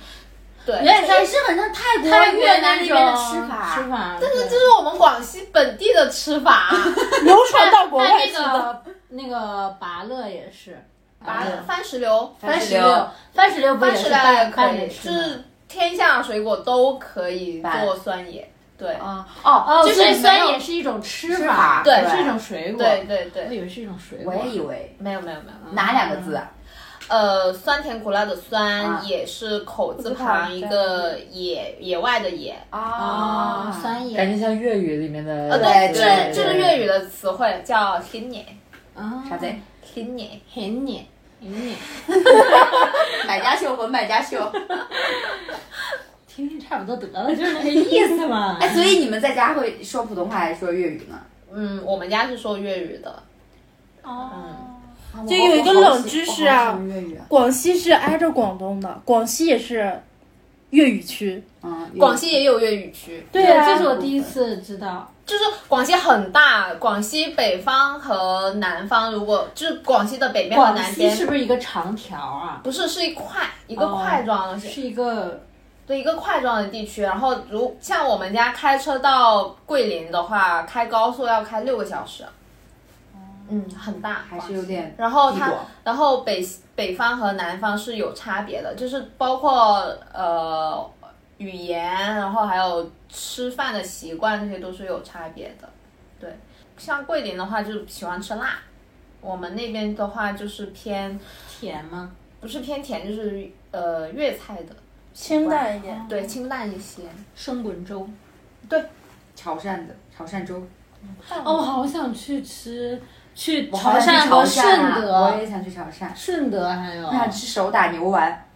对，有点像也是很像泰国、泰国越南那边种的吃法。吃法，但是对这是我们广西本地的吃法，流传到国外去但的。那个那个拔乐也是， [laughs] 把乐啊番石榴、番石石榴榴，番石榴不番也石是榴也拌可拌以，着就吃吗？是天下水果都可以拌做酸野。对，啊哦哦，就所以是酸也是。是一种吃吃法对，对是一种水果。对对我对，以为是一种水果。我也以为没有没有没有。嗯哪两个字啊？呃，酸甜苦辣的酸、啊也是口字口字旁旁一个野野外的野，哦，酸感野觉像粤语里面的。呃，对对这这个粤语的词汇叫甜野，啊，啥贼？甜野。很野，很野，买家秀和卖家秀。听听差不多得了，就是那个意思 [laughs] 嘛。 [laughs] 哎，所以你们在家会说普通话还是说粤语呢？嗯，我们家是说粤语的，哦，就有一个冷知识啊我好喜我好喜欢粤语啊，广西是挨着广东的，广西也是粤语区。嗯，粤语广西也有粤语区，对对，啊，这是我第一次知道。就是广西很大，广西北方和南方，如果就是广西的北边和广南西边，是不是一个长条啊？不是是一块一个块状的东西，是一个的一个块状的地区。然后如像我们家开车到桂林的话，开高速要开六个小时，嗯，很大，还是有点然后地它广，然后北北方和南方是有差别的，就是包括呃语言，然后还有吃饭的习惯，这些都是有差别的。对，像桂林的话就喜欢吃辣，我们那边的话就是偏甜吗？不是偏甜，就是呃粤菜的，清淡一点。对，清淡一些。生滚粥。潮汕的潮汕粥，哦，我好想去吃，去我潮好想汕和去潮顺汕啊，我德，也想去哎潮汕，顺德还有我想吃手打牛丸。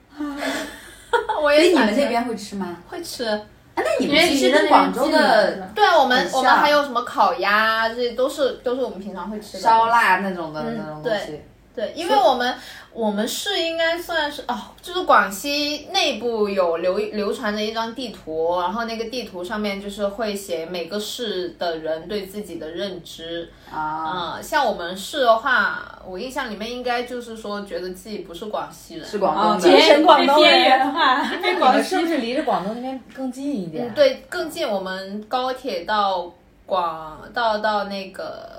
我所以也你想们吃那边会吃吗？会吃。啊，那你因们为其实离得跟那广边州近的嘛对啊，我们很像我们还有什么烤鸭，这些都是都是我们平常会吃的。烧腊那种的嗯那种东西，对，因为我们我们市应该算是哦，就是广西内部有流流传着一张地图，然后那个地图上面就是会写每个市的人对自己的认知。啊，嗯，像我们市的话，我印象里面应该就是说觉得自己不是广西人。哦是广哦东的。精神广东人边缘化，那你们是不是离着广东那边更近一点？啊嗯，对，更近我们高铁到广到到那个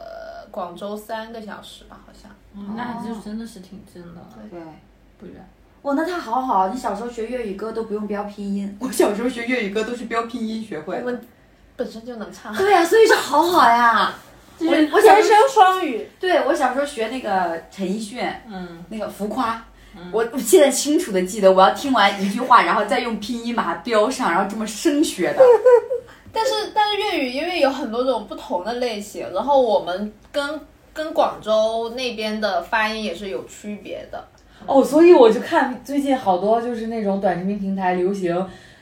广州三个小时吧，好像。嗯那就真的是挺近的，对，不远。哇，那他好好，你小时候学粤语歌都不用标拼音， [laughs] 我小时候学粤语歌都是标拼音学会的。我们本身就能唱。对呀、所以说好好呀。就 [laughs] 我是我想天生双语，对我小时候学那个陈奕迅，嗯，那个浮夸。嗯我我现在清楚的记得，我要听完一句话，然后再用拼音把它标上，然后这么生学的。但是但是粤语因为有很多种不同的类型，然后我们跟跟广州那边的发音也是有区别的。哦，所以我就看最近好多就是那种短视频平台流行，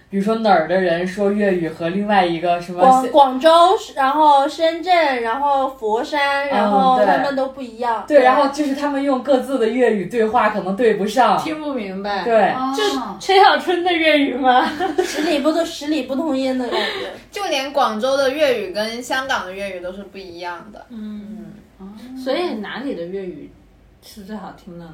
比如说哪儿的人说粤语和另外一个什么广广州，然后深圳，然后佛山，然后对他们都不一样。对，然后就是他们用各自的粤语对话，可能对不上。听不明白。，对，哦就陈小春的粤语 [laughs] 吗？十里不同十里不同音的感觉。就连广州的粤语跟香港的粤语都是不一样的。嗯，哦所以哪里的粤语是最好听的呢？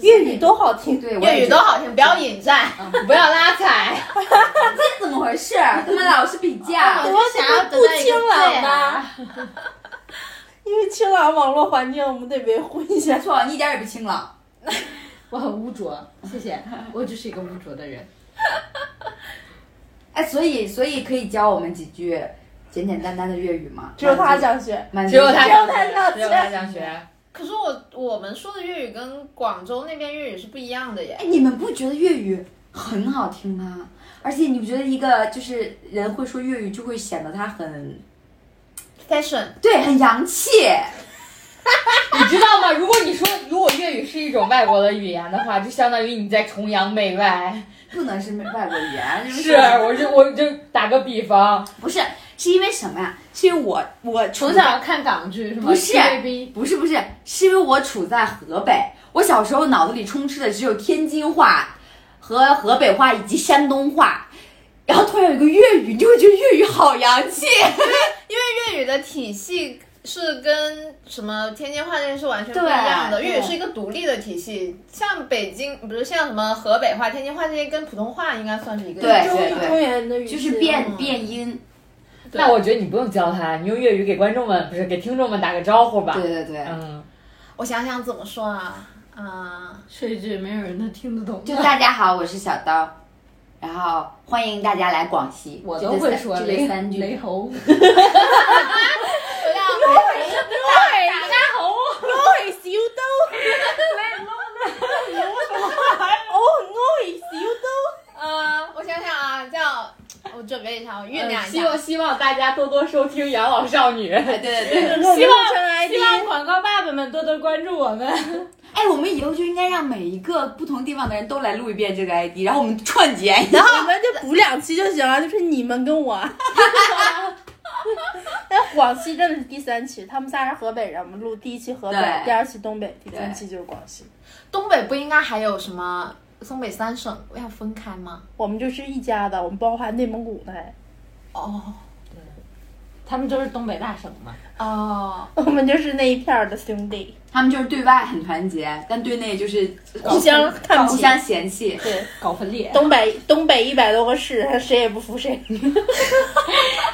粤语多好听，对，我也粤语觉得都好听，不要引战，嗯 [laughs] 不要拉踩。 [laughs] 这怎么回事？他们老是 [laughs] 比啊较。哦我就想要得不到一清个朗最啊吧？因为清朗网络环境，我们得维护一下 [laughs] 没。错，你一点也不清朗。我很污浊，谢 [laughs] 谢，我就是一个污浊的人。哎，所以所以可以教我们几句简简单单的粤语吗？只有他想学，满足，只有他只有他想只有他学。想学。可是我我们说的粤语跟广州那边粤语是不一样的耶哎，。你们不觉得粤语很好听吗？而且你不觉得一个就是人会说粤语，就会显得他很 Fashion，对，很洋气。 [laughs] 你知道吗？如果你说如果粤语是一种外国的语言的话，就相当于你在崇洋媚外。，不能是外国语言，就是啊我就我就打个比方，不是是因为什么呀？是因为我我从小看港剧是吗？不是 TVB 不是不是，是因为我处在河北，我小时候脑子里充斥的只有天津话和河北话以及山东话，然后突然有一个粤语，你就会觉得粤语好洋气。粤语的体系是跟什么天津话这些是完全不一样的。对粤语是一个独立的体系，像北京不是像什么河北话、天津话这些，跟普通话应该算是一个对体系中对原对中原的语就系是变变音，对那我觉得你不用教他，你用粤语给观众们不是给听众们打个招呼吧。对对对，嗯，我想想怎么说啊，啊、说一句没有人能听得懂就的。大家好，我是小刀，然后欢迎大家来广西，我就都这会三说就雷这三雷句， [laughs] 猴，我小刀， [laughs] 我愛小刀，呃，我想想啊，叫我准备一下，我酝酿一希下。望希望大家多多收听养老少女。哎对对对。希望成 ID 希望广告爸爸们多多关注我们。哎，我们以后就应该让每一个不同地方的人都来录一遍这个 ID，然后我们串接。然后你们就补两期就行了，就是你们跟我。但广西真的是第三期，他们仨是河北人，我们录第一期河北对，第二期东北，第对三期就是广西，东北不应该还有什么东北三省要分开吗？我们就是一家的，我们包含内蒙古的。哦，他们就是东北大省嘛。哦，我们就是那一片儿的兄弟，他们就是对外很团结，但对内就是互相看不互起。相嫌弃。对，搞分裂，东北东北一百多个市，谁也不服谁。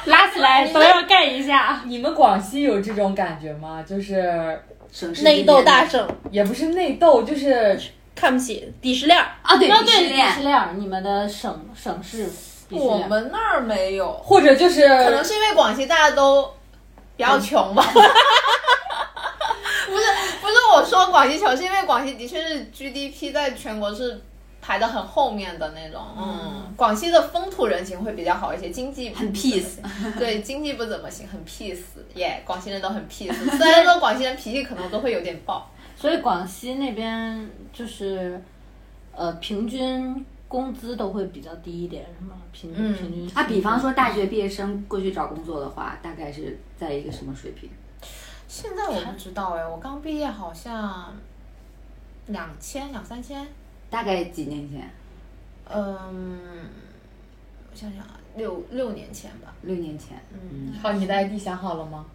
拉起来都要干一下。 [laughs] 你们广西有这种感觉吗？就是省市内斗大之省，也不是内斗，就是看不起鄙视链儿。间啊，对，哦，鄙视对，链鄙视链儿，你们的省省市鄙视我链。们那儿没有，或者就是可能是因为广西大家都比较穷吧。不 [laughs] 是不是，我说广西穷，是因为广西的确是 GDP 在全国是排的很后面的那种。嗯，广西的风土人情会比较好一些，经济不很 peace。对，经济不怎么行，很 peace。耶、广西人都很 peace，虽然说广西人脾气可能都会有点暴。所以广西那边就是，呃，平均工资都会比较低一点，是吗？平均、嗯平均。啊，比方说大学毕业生过去找工作的话，大概是在一个什么水平？现在我不知道哎，我刚毕业好像两千两三千，大概几年前，嗯，我想想啊，六六年前吧。六年前。嗯，好，你的 ID 想好了吗？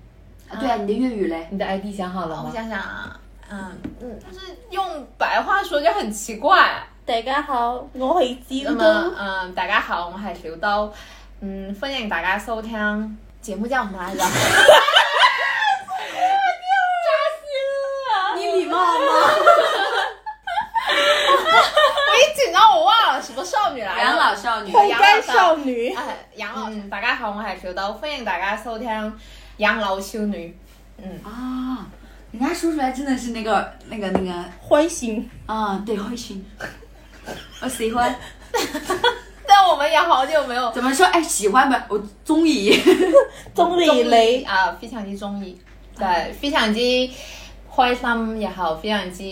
啊，对啊，你的粤语嘞？你的 ID 想好了我吗？想想啊，嗯嗯，但是用白话说就很奇怪。大家好，我系那尖么东，，嗯，大家好，我系小刀，嗯，歡迎大家收聽節目叫什麼來着？你礼貌 [laughs] 吗？我一紧张，我忘了什么少女来养了。老少女，烘干少女，哎，養老，大家好，我係小刀，歡迎大家收聽養老少女。啊，人家说出来真的是那个那个那个欢欣，啊，对，会心，我喜欢。但我们也好久没有怎么说？哎，喜欢呗，我中意。 [laughs] 钟丽蕾，啊，非常之中意，對，非常之開心，然後非常之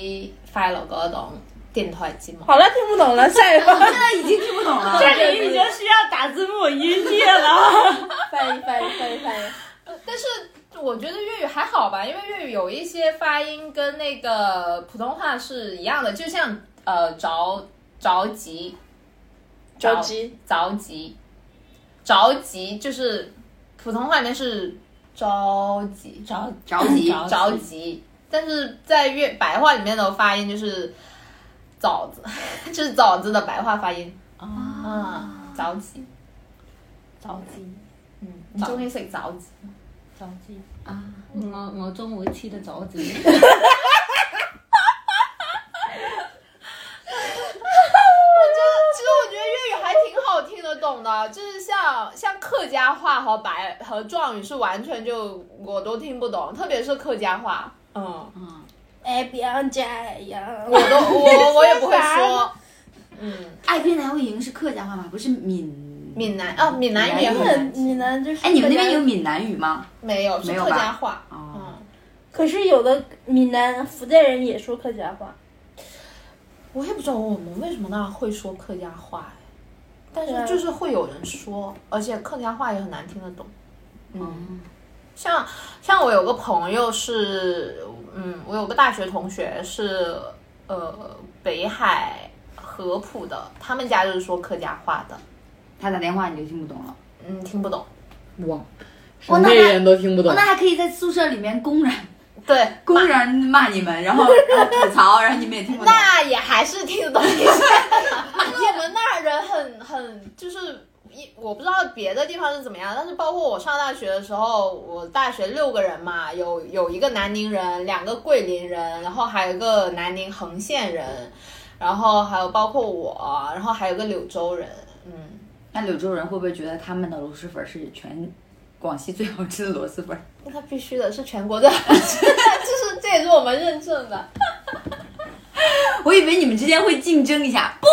快樂嗰種電台節目。好了，听不懂了，下一个现在已经听不懂了。这里已经需要打字幕音译了。翻译翻译翻译翻译，但是我觉得粤语还好吧，因为粤语有一些发音跟那个普通话是一样的，就像呃着着急着急着急着急，就是普通话里面是着急着着急着急，但是在粤白话里面的发音就是枣子， [laughs] 就是枣子的白话发音啊，啊，着急，着急嗯，你中意食枣子？着急。啊，我我中午吃的着急。其实我觉得粤语还挺好听得懂的，就是像像客家话和白和壮语是完全就我都听不懂，特别是客家话，嗯，嗯，哎，别让家呀，我都我我也不会你说说啥。嗯，爱边南会赢是客家话吗？不是闽闽南啊，闽南语也闽很南你你呢？就是哎，你们那边有闽南语吗？没有是没有客吧家话，哦嗯，可是有的闽南福建人也说客家话，我也不知道我们为什么那儿会说客家话，但对啊是就是会有人说，而且客家话也很难听得懂。嗯，像像我有个朋友是，嗯，我有个大学同学是，呃，北海合浦的，他们家就是说客家话的，他打电话你就听不懂了。嗯，听不懂。哇，哦省那内还人都听不懂哦，那。还可以在宿舍里面公然对，公然骂你们，然后然后吐槽，然后你们也听不懂。 [laughs] 那也还是听得懂一些，因为我们那儿人很很就是。一我不知道别的地方是怎么样，但是包括我上大学的时候，我大学六个人嘛，有有一个南宁人，两个桂林人，然后还有一个南宁横县人，然后还有包括我，然后还有个柳州人，嗯，那柳州人会不会觉得他们的螺蛳粉是全广西最好吃的螺蛳粉？那必须的是 [laughs] 全国最好吃的，就是这也是我们认证的。我以为你们之间会竞争一下，不，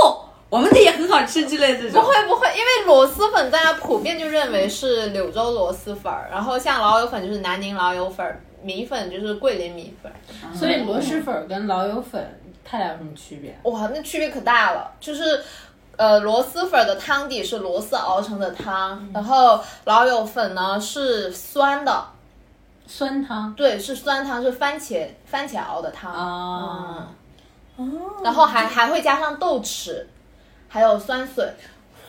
我们的也很好吃之类的这不种。会不会，因为螺蛳粉大家普遍就认为是柳州螺蛳粉儿，然后像老友粉就是南宁老友粉儿，米粉就是桂林米粉儿。 [laughs] 所以螺蛳粉儿跟老友粉它俩有什么区别？哇，那区别可大了，就是。呃，螺蛳粉儿的汤底是螺丝熬成的嗯汤，然后老友粉呢是酸的，酸汤对，是酸汤，是番茄番茄熬的汤啊哦嗯，然后还还会加上豆豉，还有酸笋，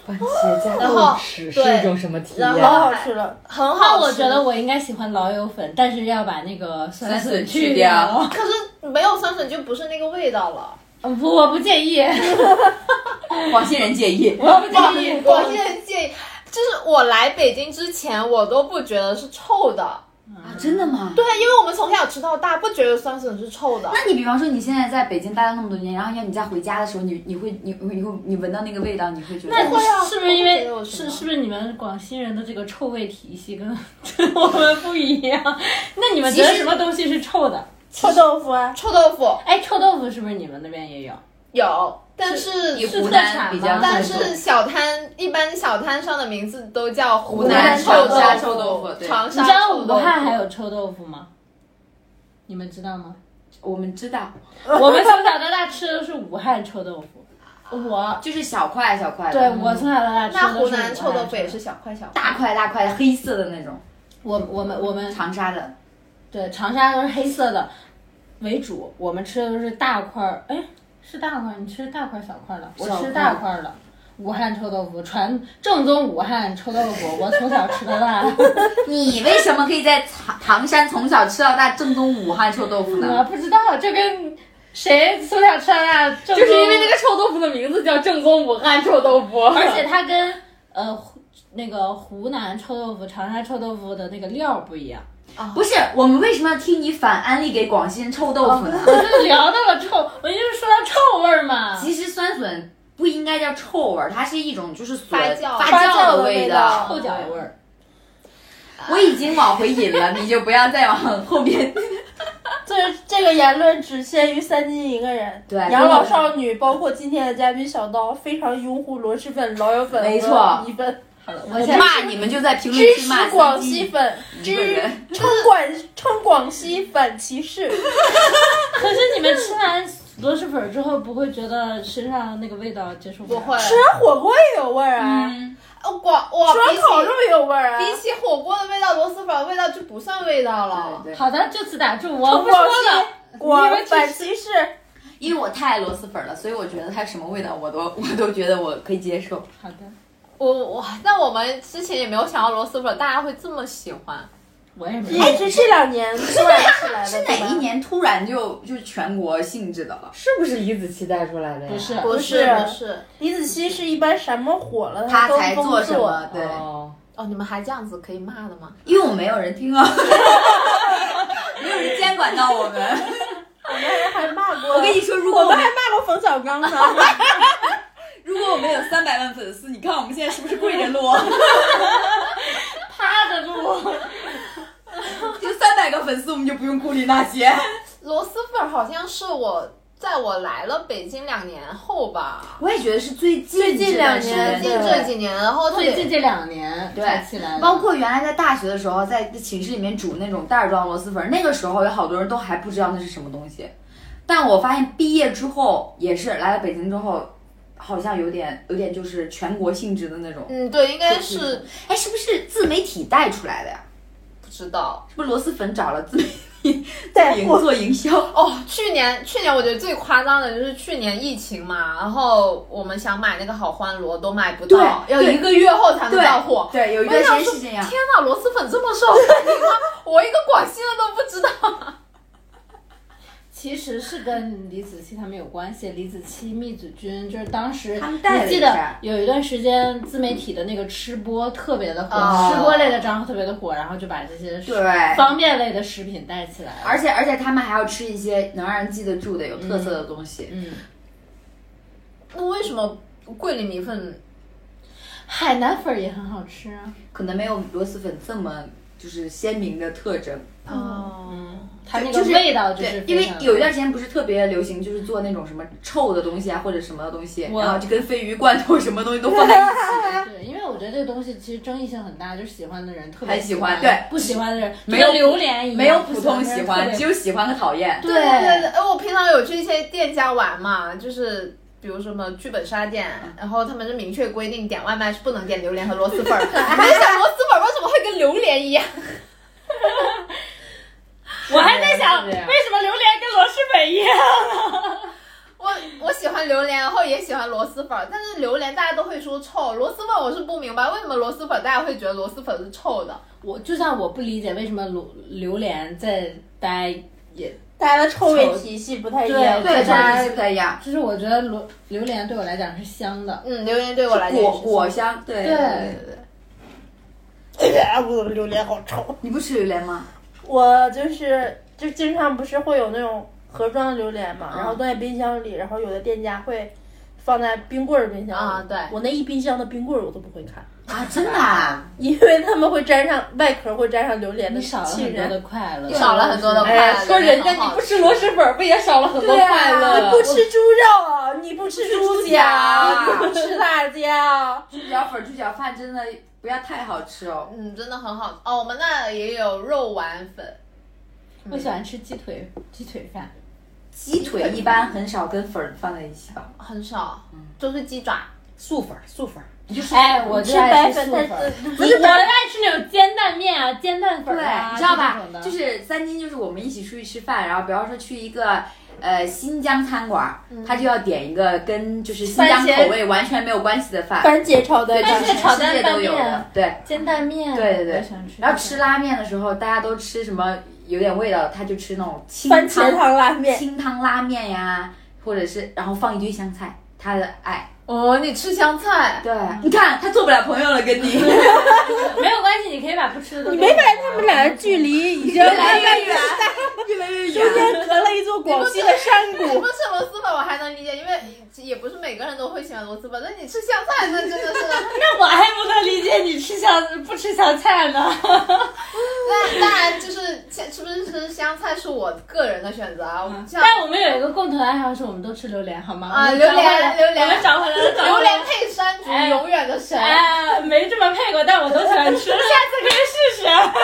番茄加然豆后豉是对一种什么体然验？老后好吃了，很那好吃。我觉得我应该喜欢老友粉，但是要把那个酸酸笋笋去掉。可是没有酸笋就不是那个味道了。嗯不，我不介 [laughs] 意。广西人介意，我不介意。我现在介意，就是我来北京之前，我都不觉得是臭的。啊，真的吗？对，因为我们从小吃到大，不觉得酸笋是臭的。那你比方说你现在在北京待了那么多年，然后要你再回家的时候，你你会你你会你闻到那个味道，你会觉得那你会啊是不是因我为不觉得有什是么是不是你们广西人的这个臭味体系跟 [laughs] 跟我们不一样？那你们觉得其实什么东西是臭的？臭豆腐啊，臭豆腐哎，臭豆腐是不是你们那边也有？有，但是以是湖特南产比吗较但接受是小摊一般小摊上的名字都叫湖南臭长沙臭豆豆腐对长你沙知道臭武豆腐。汉还有臭豆腐吗？你们知道吗？我们知道，我们从小到大吃的是武汉臭豆腐。我嗯就是小块小块的， [laughs] 嗯对我从小到大吃那的都湖是南武臭汉豆腐也是小块小块。大块大块的黑色的那种，我我们我们长沙的，对长沙都是黑色的为主，我们吃的都是大块儿，哎，是大块儿，你吃大块儿小块儿的，我小块吃儿大块儿的。武汉臭豆腐，传正宗武汉臭豆腐，我从小吃到大。你为什么可以在唐唐山从小吃到大正宗武汉臭豆腐呢？我不知道，就跟谁从小吃到大正宗，就是因为那个臭豆腐的名字叫正宗武汉臭豆腐，而且它跟呃湖那个湖南臭豆腐、长沙臭豆腐的那个料儿不一样。不是，我们为什么要听你反安利给广西人臭豆腐呢？我就聊到了臭，我就是说到臭味儿嘛。其实酸笋不应该叫臭味儿，它是一种就是笋发酵发发酵酵的味味道臭脚味儿，我已经往回引了，你就不要再往后面。这这个言论只限于三金一个人。对养老少女，包括今天的嘉宾小刀，非常拥护螺蛳粉、老友粉没错和米粉，我先骂你们就在评论支区持骂广三西金粉，一支个人称广称广西反歧 [laughs] 视。可是你们吃完螺蛳粉儿之后，不会觉得身上那个味道接受不了会，吃完火锅也有味儿啊，嗯呃广哦哇，吃完比起烤肉也有味儿啊。比起火锅的味道，螺蛳粉的味道就不算味道了。哦对对，好的，就此打住，我广不说了。西广你以为只是反歧视，因为我太爱螺蛳粉了，所以我觉得它什么味道我都我都觉得我可以接受。好的，我我那我们之前也没有想到螺蛳粉大家会这么喜欢，我也没有。也是这两年突然起来的。是对吧哪一？年突然就就全国性质的了？是不是李子柒带出来的呀？不是，不是不是李子柒是一般什么火了，他都才封做什么？对，哦，哦，你们还这样子可以骂的吗？因为我们没有人听啊， [laughs] 没有人监管到我们。我们还骂过，我跟你说，如果我我们们还骂过冯小刚呢。 [laughs] 如果我们有三百万粉丝，你看我们现在是不是跪着录？ [laughs] 趴着录。就三百个粉丝，我们就不用顾虑那些。螺蛳粉好像是我在我来了北京两年后吧，我也觉得是最近最近这段两时年间近这几年，然后 [laughs] 特哦最近别这两年对才起来的，包括原来在大学的时候，在寝室里面煮那种袋儿装螺蛳粉，那个时候有好多人都还不知道那是什么东西。但我发现毕业之后也是来了北京之后，好像有点有点就是全国性质的那种。嗯对，应该是哎，是不是自媒体带出来的呀？不知道是不是螺蛳粉找了自媒 [laughs] 体带营货做营销？哦。去年去年我觉得最夸张的就是去年疫情嘛，然后我们想买那个好欢螺都买不到，对要对一个月后才能 [laughs] 对到货。对，有一我段时想间说是这样。天哪，螺蛳粉这么受欢迎吗？我一个广西人都不知道。其实是跟李子柒他们有关系。李子柒、密子君，就是当时他们带了你记一得下有一段时间自媒体的那个吃播特别的火，哦吃播类的账号特别的火，然后就把这些对，方便类的食品带起来了。而且而且他们还要吃一些能让人记得住的、有特色的东西。嗯，那为什么桂林米粉？海南粉儿也很好吃啊。可能没有螺蛳粉这么就是鲜明的特征，哦，嗯，它那就个是味道就是对，非因为常有一段时间不是特别流行，就是做那种什么臭的东西啊，或者什么东西，我然后就跟鲱鱼罐头什么东西都放在一起，对，因为我觉得这个东西其实争议性很大，就是喜欢的人特别很喜欢喜对不喜欢的人没有就跟榴莲一样， [laughs] 没有普通不的喜人特欢，别只有喜欢和讨厌。对对对，哎，我平常有去一些店家玩嘛，就是。比如什么剧本杀店，然后他们是明确规定点外卖是不能点榴莲和螺蛳粉 [laughs] 儿。我就哎想螺蛳粉儿为什么会跟榴莲一样？我还在想，是这样为什么榴莲跟螺蛳粉一样？我我喜欢榴莲，然后也喜欢螺蛳粉儿，但是榴莲大家都会说臭，螺蛳粉我是不明白为什么螺蛳粉大家会觉得螺蛳粉是臭的。 [laughs] 我就像我不理解为什么榴榴莲在大家也，大家的臭味体系不太一样。对对，对它是不太一样，就是我觉得榴榴莲对我来讲是香的，嗯，榴莲对我来讲也果是果香，对对对哎我的榴莲好臭。你不吃榴莲吗？我就是就经常不是会有那种盒装的榴莲嘛，然后冻在冰箱里，然后有的店家会放在冰棍儿冰箱里啊对我那一冰箱的冰棍儿我都不会看，啊，真的 [laughs] 啊？因为他们会沾上外壳会沾上榴莲的你少了浸很多的染。快乐，少了很多的哎快乐。呀，说人家你不吃螺蛳粉儿，不也少了很多快乐？啊不吃猪肉啊，你不吃猪脚，啊猪脚 [laughs] 你不吃辣椒，猪脚粉、猪脚饭真的不要太好吃哦。嗯，真的很好哦。我们那也有肉丸粉，我喜欢吃鸡腿鸡腿饭，鸡腿一般很少跟粉儿放在一起吧，很少，都是鸡爪。素粉儿，素粉儿，哎，我吃就白爱吃粉，素但粉，是不是我爱吃那种煎蛋面啊、煎蛋粉啊，你知道吧这种？的就是三金，就是我们一起出去吃饭，然后比方说去一个呃新疆餐馆，他就要点一个跟就是新疆嗯番茄口味完全没有关系的饭，番茄炒蛋对，番茄就是全炒世蛋界都有拌的面，对。煎蛋面，对对对我喜欢吃这个。然后吃拉面的时候，大家都吃什么有点味道，他就吃那种清番茄汤汤拉面，清汤拉面呀，或者是然后放一堆香菜，他的爱。哦，你吃香菜？对，你看他做不了朋友了，跟你没有关系，你可以把不吃的都你给我没发现他们俩的距离 [laughs] 已经越来越远，越来越中间隔了一座广西的山你谷不。吃螺蛳粉我还能理解，因为也不是每个人都会喜欢螺蛳粉，但你吃香菜那真的是。 [laughs] 那我还不能理解你吃香不吃香菜呢。那当然就是吃不是吃香菜是我个人的选择啊，像但我们有一个共同的爱好，是我们都吃榴莲，好吗？啊我们找回来榴莲榴莲我们找回来了，找榴回来莲了。配山竹哎永远的神。哎，没这么配过，但我都喜欢吃。下次可以试啊试。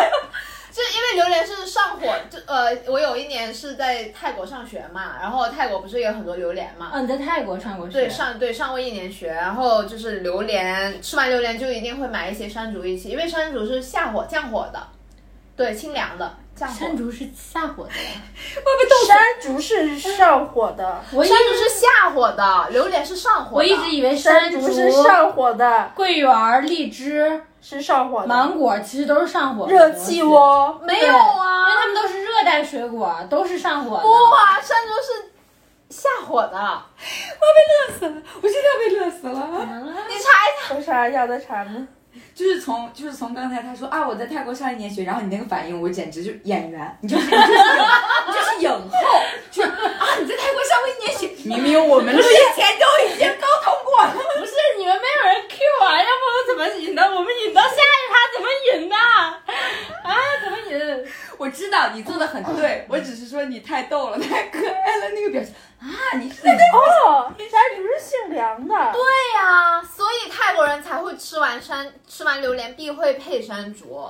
就是因为榴莲是上火，就呃，我有一年是在泰国上学嘛，然后泰国不是也有很多榴莲嘛，哦，你在泰国上过学？对上对上过一年学，然后就是榴莲，吃完榴莲就一定会买一些山竹一起，因为山竹是下火降火的，对清凉的降火。山竹是下火的呀。山竹是上火的，我一山竹是下火的，榴莲是上火的。我一直以为山竹竹是上火的，桂圆、荔枝、是上火的。芒果其实都是上火的热气哦东西，窝没有因为啊，它们都是热带水果，都是上火的。哇，山竹是下火的，我现在被乐死了。你查有啥要的啥呢？就是从就是从刚才他说啊，我在泰国上一年学，然后你那个反应，我简直就是演员，你就是你就是影你就是影后，就是啊，你在泰国上过一年学，明明我们之前都已经沟通过了， [laughs] 不是你们没有人 Q 啊，要不我怎么引的？我们引到下一趴怎么引的？啊，怎么引？我知道你做的很对，我只是说你太逗了，太可爱了，那个表情啊，你是在哦，山竹是姓梁的，对呀、所以泰国人才会吃完山吃完榴莲必会配山竹，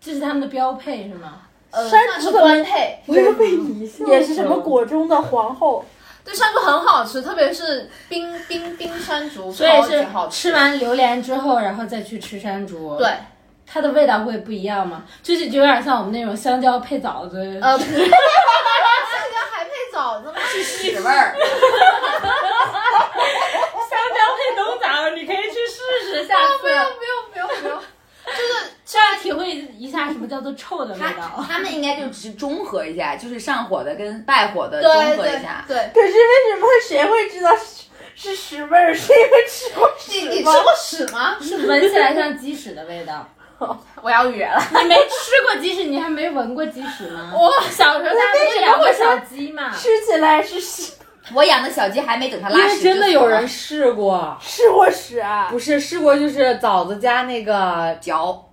这是他们的标配是吗？呃，山算竹是的官配。我又被你也是什么果中的皇后，对，山竹很好吃，特别是冰冰冰山竹，所以超级是好吃。吃完榴莲之后，然后再去吃山竹，对，，它的味道会不一样吗？就是有点像我们那种香蕉配枣子，呃， [laughs] 香蕉还配枣子吗？屎味儿，香蕉配冬枣，你可以去试试，下不用不用不用不用，就是这样体会一下什么叫做臭的味他道。他们应该就只中和一下，就是上火的跟败火的对中和对一下。对，可是为什么谁会知道是是屎味儿？是因为吃过你屎你吃吗？过屎吗？是闻起来像鸡屎的味道，我要哕了。你没吃过鸡屎，你还没闻过鸡屎吗？我小时候大家不是养过小鸡嘛？吃起来是屎，我养的小鸡还没等它因拉为屎，真的有人试过，是我屎啊！不是试过就是枣子加那个，嚼，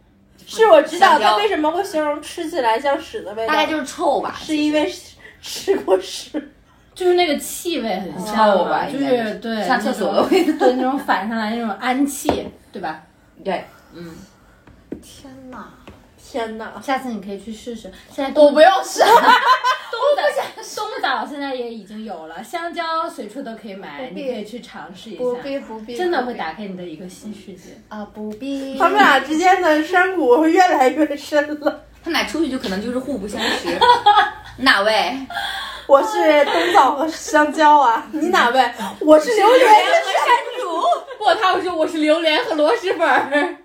是我知道香蕉它为什么会形容吃起来像屎的味道，大概就是臭吧，是因为吃吃过屎。就是那个气味很臭像吧嘛，就哦应该是是对上厕所的味道道，对那种反上来那种氨气，对吧？对。天哪！天哪！下次你可以去试试。现在我冬不用试，冬的冬枣现在也已经有了，香蕉随处都可以买，不必你可以去尝试一不下，必不必，真的会打开你的一个新世界。啊，不必。 [laughs] 他们俩之间的山谷会越来越深了。 [laughs] 他们俩出去就可能就是互不相识。哪位？我是冬枣和香蕉啊，你哪位？我是榴莲和山竹。不，他会说我是榴莲和螺蛳粉儿。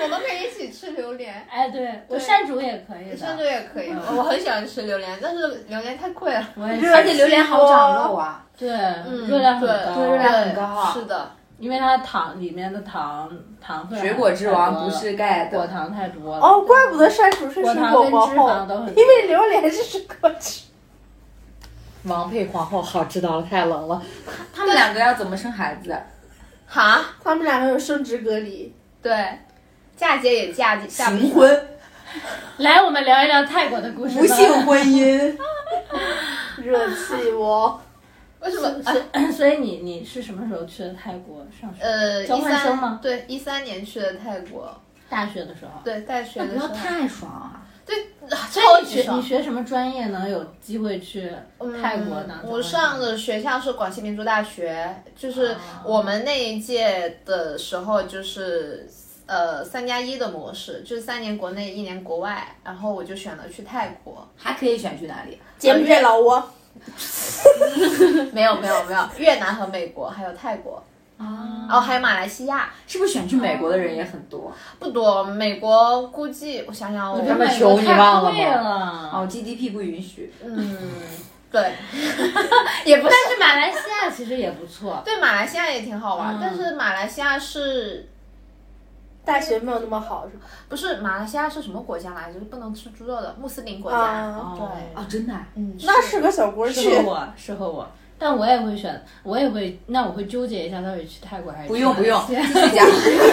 我们可以一起吃榴莲，哎，对我山竹也可以山的，竹也可以。嗯我很喜欢吃榴莲，但是榴莲太贵了。我也热而且榴莲好长肉啊，对，热量很对高，热量很高啊是的，因为它糖里面的糖糖分 [laughs] 水果之王不太多了是盖果的。糖太多了，哦，怪不得山竹是果水糖果跟皇脂肪后，都很多，因为榴莲是水果之王配皇后，好知道了，太冷了。他们两个要怎么生孩子？哈，他们两个有生殖隔离。对，嫁接也嫁嫁不行出。婚，来我们聊一聊泰国的故事吧。无性婚 [laughs] 姻。热 [laughs] 气窝，为什么？[laughs] 啊所以你你是什么时候去的泰国上学？呃，交一换生吗三对一三年去的泰国，大学的时候。对，大学那的不时要候，哦太爽啊！对，那超你级学你爽。学什么专业能有机会去泰国呢？嗯我上的学校是广西民族大学，就是我们那一届的时候，就是呃三加一的模式，就是三年国内，一年国外。然后我就选了去泰国，还可以选去哪里？柬埔寨老挝，没有没有没有，越南和美国还有泰国，啊，然后还有马来西亚，是不是选去美国的人也很多？不多。美国估计我想想，我他们求你忘了吗太贵了哦，GDP 不允许。嗯，对，也不是但是马来西亚其实也不错，对马来西亚也挺好玩，嗯但是马来西亚是大学没有那么好是吧？不是马来西亚是什么国家来着？就是不能吃猪肉的穆斯林国家。啊对，哦，真的啊？嗯，那是个小锅适去合。我，适合我。但我也会选，我也会，那我会纠结一下，到底去泰国还是不用不 [laughs] 用，去继马来西亚续讲。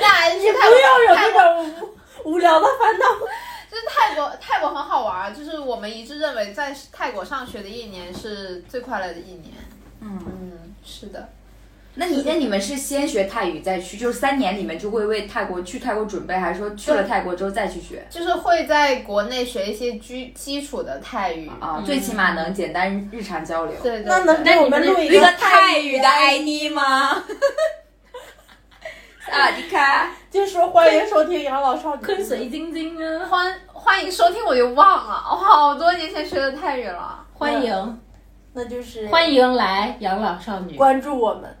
那还是去泰不要有泰这种无无聊的烦恼。 [laughs] 就是泰国，泰国很好玩儿。就是我们一致认为，在泰国上学的一年是最快乐的一年。嗯，嗯，是的，那你那你们是先学泰语再去，就是三年里面就会为泰国去泰国准备，还是说去了泰国之后再去学？就是会在国内学一些基基础的泰语。啊，最起码能简单日常交流。对对对，那能给我们录一一个个泰语的 ID 吗？ [laughs] 萨瓦迪卡，就说欢迎收听养老少女。跟随晶晶啊，欢欢迎收听，我就忘了，我好多年前学的泰语了。欢迎那就是欢迎来养老少女，关注我们。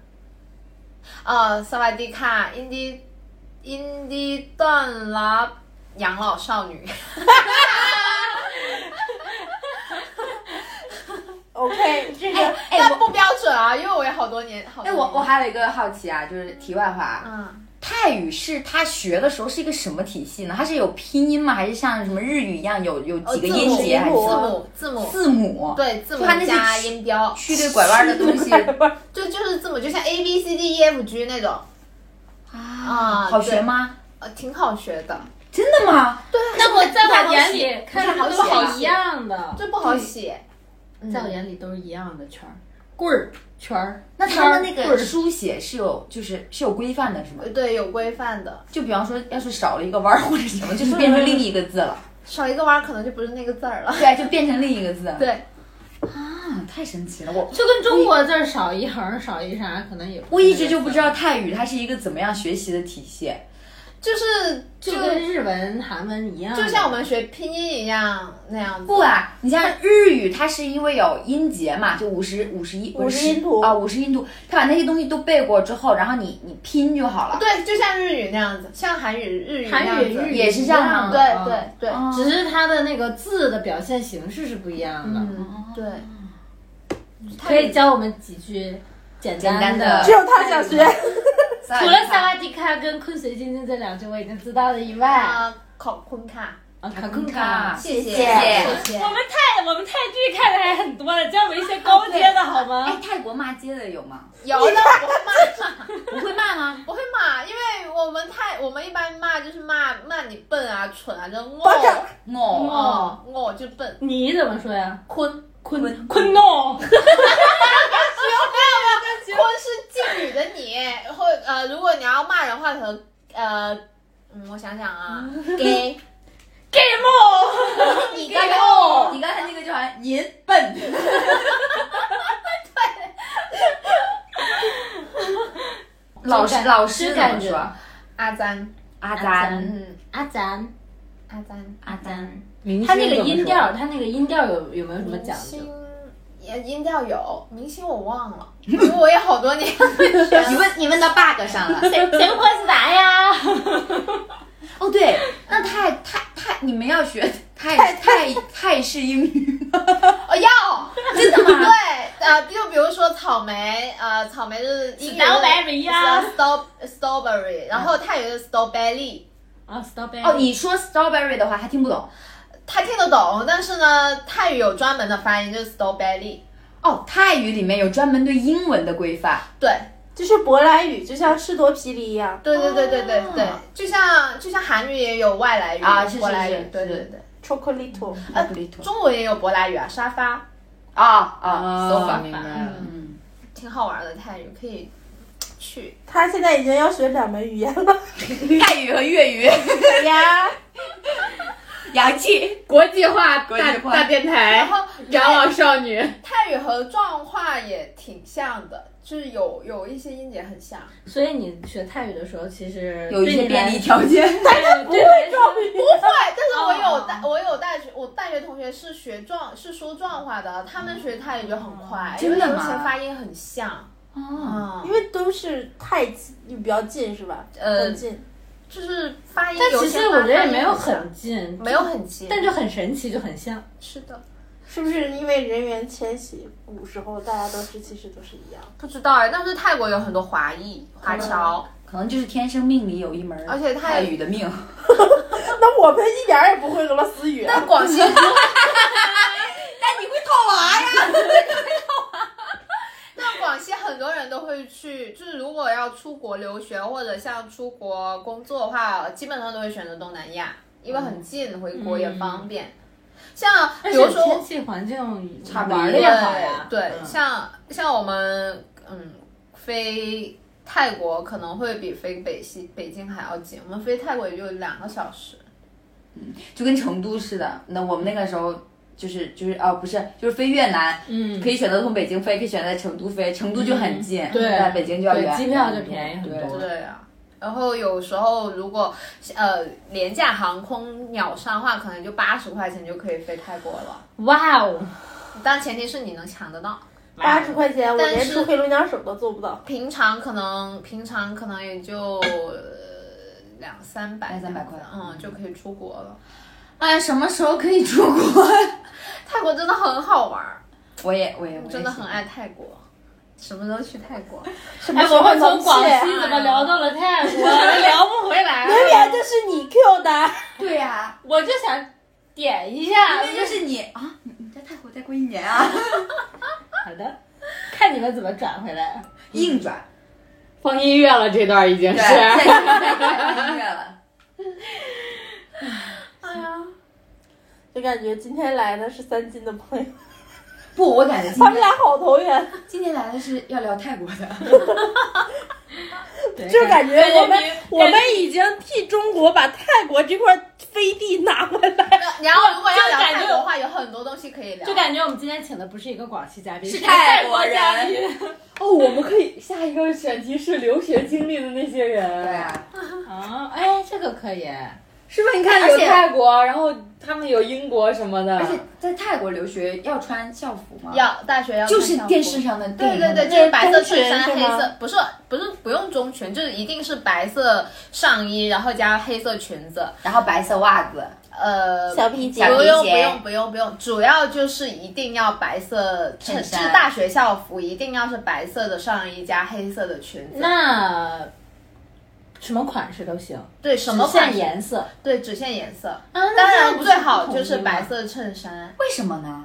呃，萨瓦迪卡，印第印第段拉养老少女， [laughs] OK，这个、哎但我不标准啊，因为我也好多年，好多哎年我我还有一个好奇啊，就是题外话啊，嗯，泰语是他学的时候是一个什么体系呢？它是有拼音吗？还是像什么日语一样有有哦几个字音母节？还是字母字母字母？，对字母就它那些加曲音标，曲对拐弯的东西，就就是字母，就像 A B C D E F G 那种啊好学？吗？对呃，挺好学的，真的吗？那我在我眼里看不太好着都写啊一样的，就不好写。嗯在我眼里都是一样的圈儿，棍儿圈儿。那他们那圈儿个棍儿书写是有就是是有规范的，是吗呃？对有规范的，就比方说，要是少了一个弯儿或者什么，就是变成另一个字 [laughs] 了。少一个弯儿可能就不是那个字儿了。 [laughs] 对，就变成另一个字。对，啊，太神奇了！我就跟中国字儿少一横少一啥，可能也我一直就不知道泰语它是一个怎么样学习的体系。就是就就跟日文、韩文一样，就像我们学拼音一样那样子不。啊，你像日语，它是因为有音节嘛，就五十五十一五十音图啊，五十音图，它把那些东西都背过之后，然后你你拼就好了。对，就像日语那样子，像韩语、日语那样韩语、子。日语也是这样啊吗对对对，哦只是它的那个字的表现形式是不一样的。嗯对，哦可以教我们几句简单简单的只有他想学。除除了萨瓦迪卡跟昆随晶晶这两句我已经知道了以外，啊，啊，考昆卡，卡卡昆昆卡卡，谢谢谢谢谢我。们泰我们泰剧看的还很多的，教我们一些高阶的好哎吗？，泰国骂街的有吗？有的我会骂，不会骂吗？我会骂，因为我们太我们一般骂就是骂骂你笨啊、蠢啊，就我巴掌哦，哦我就笨，哎你怎么说呀？坤昆昆诺，坤是敬语的你，或呃，如果你要骂人的话，可能呃，嗯，我想想啊， [laughs] 给 game 你刚才你刚才那个就好像您笨，老师老师就怎么感觉说？阿詹，阿阿赞赞嗯，阿咱阿丹，阿丹，明他星那个怎么音说调，他那个音调有有没有什么明讲究？星也音调有，明星我忘 [laughs] 了，因为我也好多年。你问你问到 bug 上了。谁谁会是啥呀？哦，对，那泰泰泰，你们要学泰泰泰式英语 [laughs] 吗？[laughs] 哦，要真的吗？对，呃，就比如说草莓，呃，草莓就是英语的 Strawberry 呀，straw strawberry，然后它也是 strawberry，啊，stop it！哦，你说 strawberry 的话，他听不懂。他听得懂，但是呢，泰语有专门的发音，就是 strawberry。哦，泰语里面有专门对英文的规范。对，就是舶来语，就像士多啤梨一样。对对对对对对，就像就像韩语也有外来语哦啊是是舶来是语，对是对对， chocolate，啊，不对，中文也有舶来语啊，沙发啊啊，啊，法明白了。嗯，挺好玩的泰语，可以去。他现在已经要学两门语言了。泰语和粤语，呀，洋气。 [laughs] 国际化国际大化大电然台，后养老少女。泰语和壮话也挺像的，就是有有一些音节很像。所以你学泰语的时候，其实 [laughs] 有一些对你来便利条 [laughs] 件，对对来说对，但是我有大、我有大学我大学同学是学壮是说壮话的，他们学泰语就很快，因真为的有吗些发音很像。哦因为都是太近，比较近是吧？呃很近。就是发音但有其些实发我觉得也没有发音像很近，没有很近，但就很神奇，就很像。是的，是不是因为人员迁徙，古时候大家都是其实都是一样的？不知道哎。但是泰国有很多华裔、华侨，可能就是天生命里有一门儿而且泰泰语的命。那我们一点儿也不会俄罗斯语啊。但广西，但你会套娃呀？但广西很多人都会去，就是如果要出国留学或者像出国工作的话，基本上都会选择东南亚，因为很近，回国也方便。像嗯比而如且说天气环境差不多玩的对也好呀。对，嗯像像我们嗯飞泰国可能会比飞北西北京还要近，我们飞泰国也就两个小时。就跟成都似的。那我们那个时候就是就是哦，不是，就是飞越南，嗯可以选择从北京飞，可以选择在成都飞，成都就很近，对在北京就要对远，机票就便宜很多对对啊，然后有时候如果呃廉价航空秒杀的话，可能就八十块钱就可以飞泰国了，哇哦，但前提是你能抢得到。八十块钱，我但连是出黑龙江省都做不到。平常可能平常可能也就。呃两三百，两三百块嗯，就可以出国了。哎，什么时候可以出国？ [laughs] 泰国真的很好玩儿，我也我也我也真的喜很欢爱泰国，什么时候去泰国？什么哎，时我候们能从去？广西怎么聊到了泰 [laughs] 国，聊不回来了。明明就是你 Q 的。对呀、我就想点一下啊，因为就是你啊，你你在泰国待过一年啊，好的，看你们怎么转回来。硬转，放音乐了，这段已经对，是。再转再转音乐了。就感觉今天来的是三金的朋友，不，我感觉今他们天俩好投缘，今天来的是要聊泰国的，对就是感觉感觉我们你我们已经替中国把泰国这块飞地拿回来。然后如果要聊就感觉泰国的话，有很多东西可以聊。就感觉我们今天请的不是一个广西嘉宾，是一个泰国嘉人宾。 [laughs] 哦，我们可以下一个选题是留学经历的那些人。对啊，哦，哎，这个可以。是吧？你看而有且泰国，然后他们有英国什么的而。且在泰国留学要穿校服吗？，要大学要就是看校服电视。上的电对影对上的对，就是白色中衬衫，裙黑是吗色不是不是不用中裙，就是一定是白色上衣，然后加黑色裙子。然后白色袜子，呃，小皮小不皮用不鞋用不用不用，主要就是一定要白色衬，衬就衫是大学校服一定要是白色的上衣加黑色的裙子。那什么款式都行，对什么只限款式？颜色。对只限颜色。当当然最好就是白。色衬衫，为什么呢？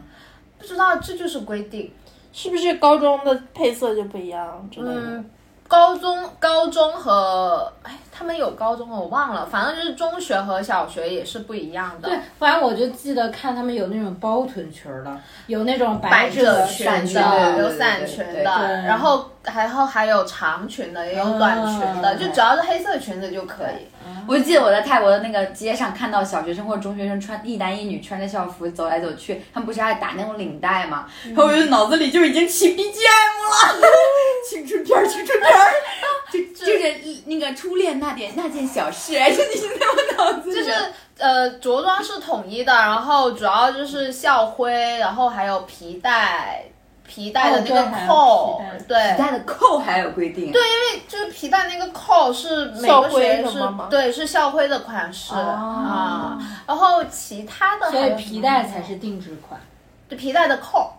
不知道这就是规定。是不是高中的配色就不一样之类的？嗯，高中、高中和哎，他们有高中我忘了，反正就是中学和小学也是不一样的。对，反正我就记得看他们有那种包臀裙儿的，有那种百褶褶裙的，裙的有伞裙对对对的，对然后然后还有长裙的，也有短裙的，嗯就只要是黑色裙子就可以。我就记得我在泰国的那个街上看到小学生或者中学生穿一男一女穿着校服走来走去，他们不是爱打那种领带吗？然后我就脑子里就已经起 BGM [laughs] 了，青春片儿，青春片儿，哎就就是一那个初恋那点那件小事，就已经在我脑子里。就是呃着装是统一的，然后主要就是校徽，然后还有皮带，皮带的哦那对个还有扣皮带，对，皮带的扣还有规定，对，因为就是皮带那个扣是每校个徽学什是么吗对是校徽的款式、啊，然后其他的哦还所以有皮什带么才是定制款。对皮带的扣。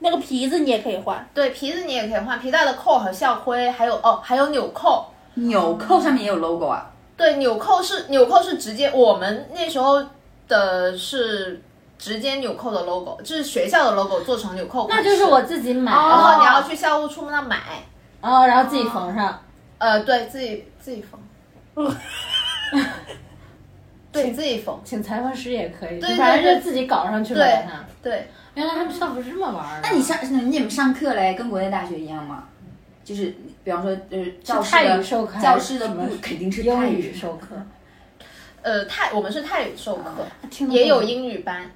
那个皮子你也可以换，对，皮子你也可以换，皮带的扣和校徽，还有哦，还有纽扣。纽扣上面也有 logo 啊。对，纽扣是纽扣是直接我们那时候的是直接纽扣的 logo，就是学校的 logo 做成纽扣款那式，就是我自己买，然后哦，你要去校务处那买，然后自己缝上。呃，对自己自己缝， [laughs] 对自己缝，请裁缝师也可以，对反正对对就自己搞上去对买它。对，原来他们校服是这么玩儿的。那你上你们上课嘞，跟国内大学一样吗？就是比方说，就是教室泰的语授课还是教室的什么布肯定是泰英语语授 [laughs] 课，呃，泰我们是泰语授课，啊听得也有懂英语班，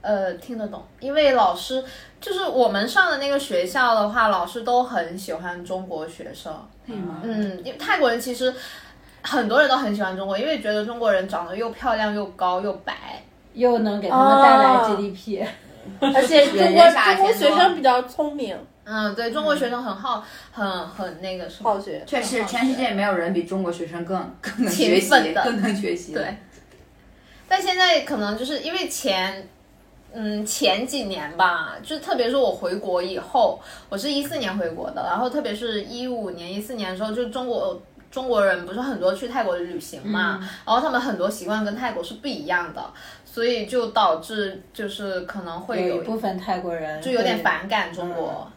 呃，听得懂，因为老师就是我们上的那个学校的话，老师都很喜欢中国学生，为什么？嗯，因为泰国人其实很多人都很喜欢中国，因为觉得中国人长得又漂亮又高又白，又能给他们带来哦 GDP。而且中人国家啥中国钱学多生比较聪明，嗯，对中国学生很好，很很那个什么好，学。嗯确实，全世界没有人比中国学生更更能学习，勤奋的更能学习。对，。但现在可能就是因为前，嗯，前几年吧，就是特别是我回国以后，我是一四年回国的，然后特别是一五年、一四年的时候，就中国中国人不是很多去泰国旅行嘛，嗯然后他们很多习惯跟泰国是不一样的，所以就导致就是可能会有有一部分泰国人就有点反感中国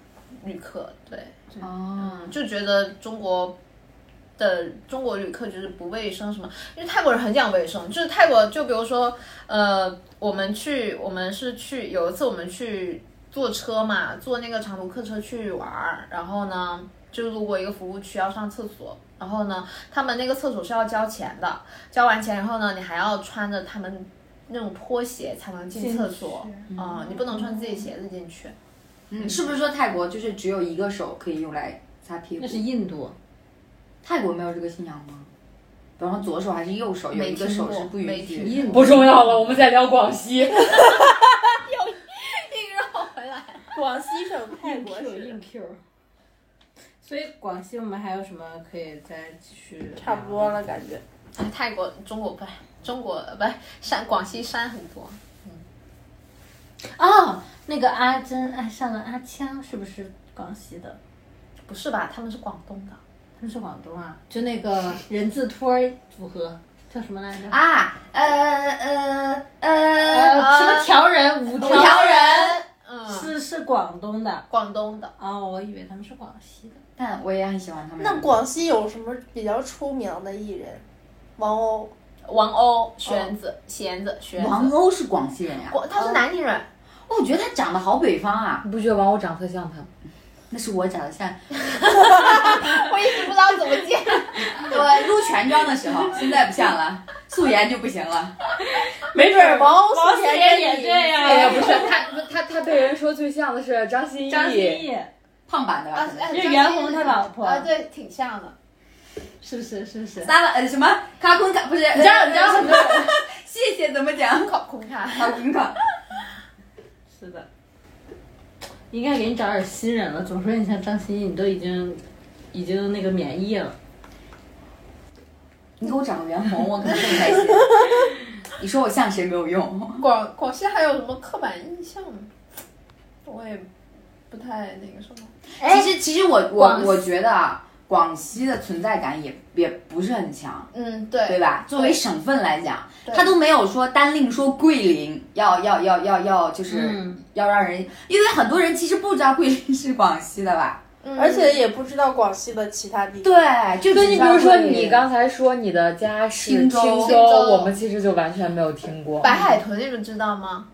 旅客，对，嗯哦，就觉得中国的中国旅客就是不卫生什么，因为泰国人很讲卫生，就是泰国就比如说，呃，我们去我们是去有一次我们去坐车嘛，坐那个长途客车去玩儿，然后呢就路过一个服务区要上厕所。然后呢，他们那个厕所是要交钱的，交完钱以后呢，你还要穿着他们那种拖鞋才能进厕所啊、你不能穿自己鞋子进去。嗯，是不是说泰国就是只有一个手可以用来擦屁股那？是印度，泰国没有这个信仰吗？比方说左手还是右手，有没一个听手过是不没允听许印不度重要了，我们在聊广西。广西省泰国嗯有是硬 Q。所以广西我们还有什么可以再继续？差不多了，感觉。哎泰国、中国不是中国呃不是山广西山很多，哦，那个阿珍爱上了阿枪，是不是广西的？不是吧？他们是广东的。他们是广东啊，就那个人字拖儿组合叫什么来着？啊。呃呃呃，呃，什么调人？五五条条人。嗯，是是广东的广东的。哦，我以为他们是广西的。但我也很喜欢他们。那广西有什么比较出名的艺人？王鸥，王鸥、玄子、弦子、玄王子，鸥是广西人呀、广他是南宁人，哦我觉得他长得好北方啊。你不觉得王鸥长得特像他吗？那是我长得像我一直不知道怎么接。我入全妆的时候，现在不像了，素颜就不行了。没准儿王鸥姐也这样哎呀，不是他，他他被人说最像的是张歆艺。张歆艺胖版的吧？哎可能这袁弘他老婆啊，对，挺像的。是是是是，撒碗呃什么卡坤卡不是？你知道你知道很多人 [laughs] 谢谢怎么讲？考空看，卡坤卡。是的，应该给你找点新人了。总说你像张歆艺，你都已经已经那个免疫了。你给我找个袁弘，我可能更开心。你说我像谁没有用？广广西还有什么刻板印象吗？我也不太那个什么。其实其实我我广西我觉得啊，广西的存在感也也不是很强，嗯，对，对吧？作为省份来讲，对他都没有说单另说桂林要要要要要就是、嗯要让人，因为很多人其实不知道桂林是广西的吧？嗯而且也不知道广西的其他地方。对，就对，只你知比道如说桂林你刚才说你的家是青州青青州州我们其实就完全没有听过。白海豚你们知道吗？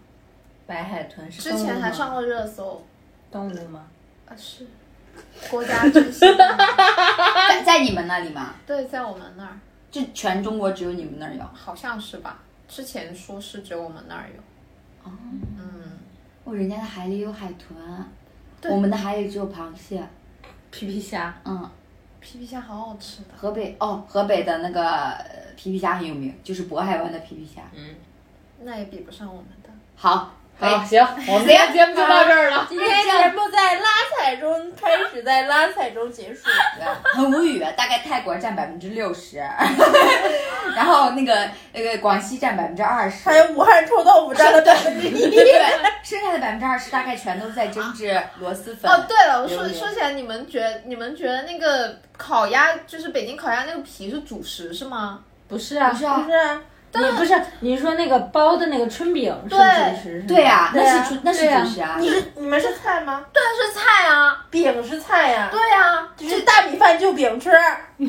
白海豚是之前还上过热搜。动物吗？啊，是国家之星。在在你们那里吗？对，在我们那儿。就全中国只有你们那儿有。好像是吧？之前说是只有我们那儿有。嗯，哦，人家的海里有海豚，我们的海里只有螃蟹。皮皮虾，嗯，皮皮虾好好吃的，河北哦，河北的那个呃皮皮虾很有名，就是渤海湾的皮皮虾。那也比不上我们的。好，可以好，行，我们今天节目就到这儿了。今天节目在拉踩中开始，在拉踩中结束。对很无语啊，大概泰国占百分之六十， [laughs] 然后那个那个广西占百分之二 [laughs] 十还，有武汉臭豆腐占了百分之 [laughs] 一。对，剩下的百分之二十大概全都在精致螺蛳粉。哦，对了，我说榴莲说起来，你们觉你们觉得那个烤鸭，就是北京烤鸭那个皮是主食是吗？不是啊，不是啊不是啊，你不是你说那个包的那个春饼是对主食是吗？对呀、对那啊是主那是对啊主食啊。你是你们是菜吗？对啊，是菜啊，饼是菜呀、对啊， [laughs] 就是大米饭就饼吃，啊， [laughs]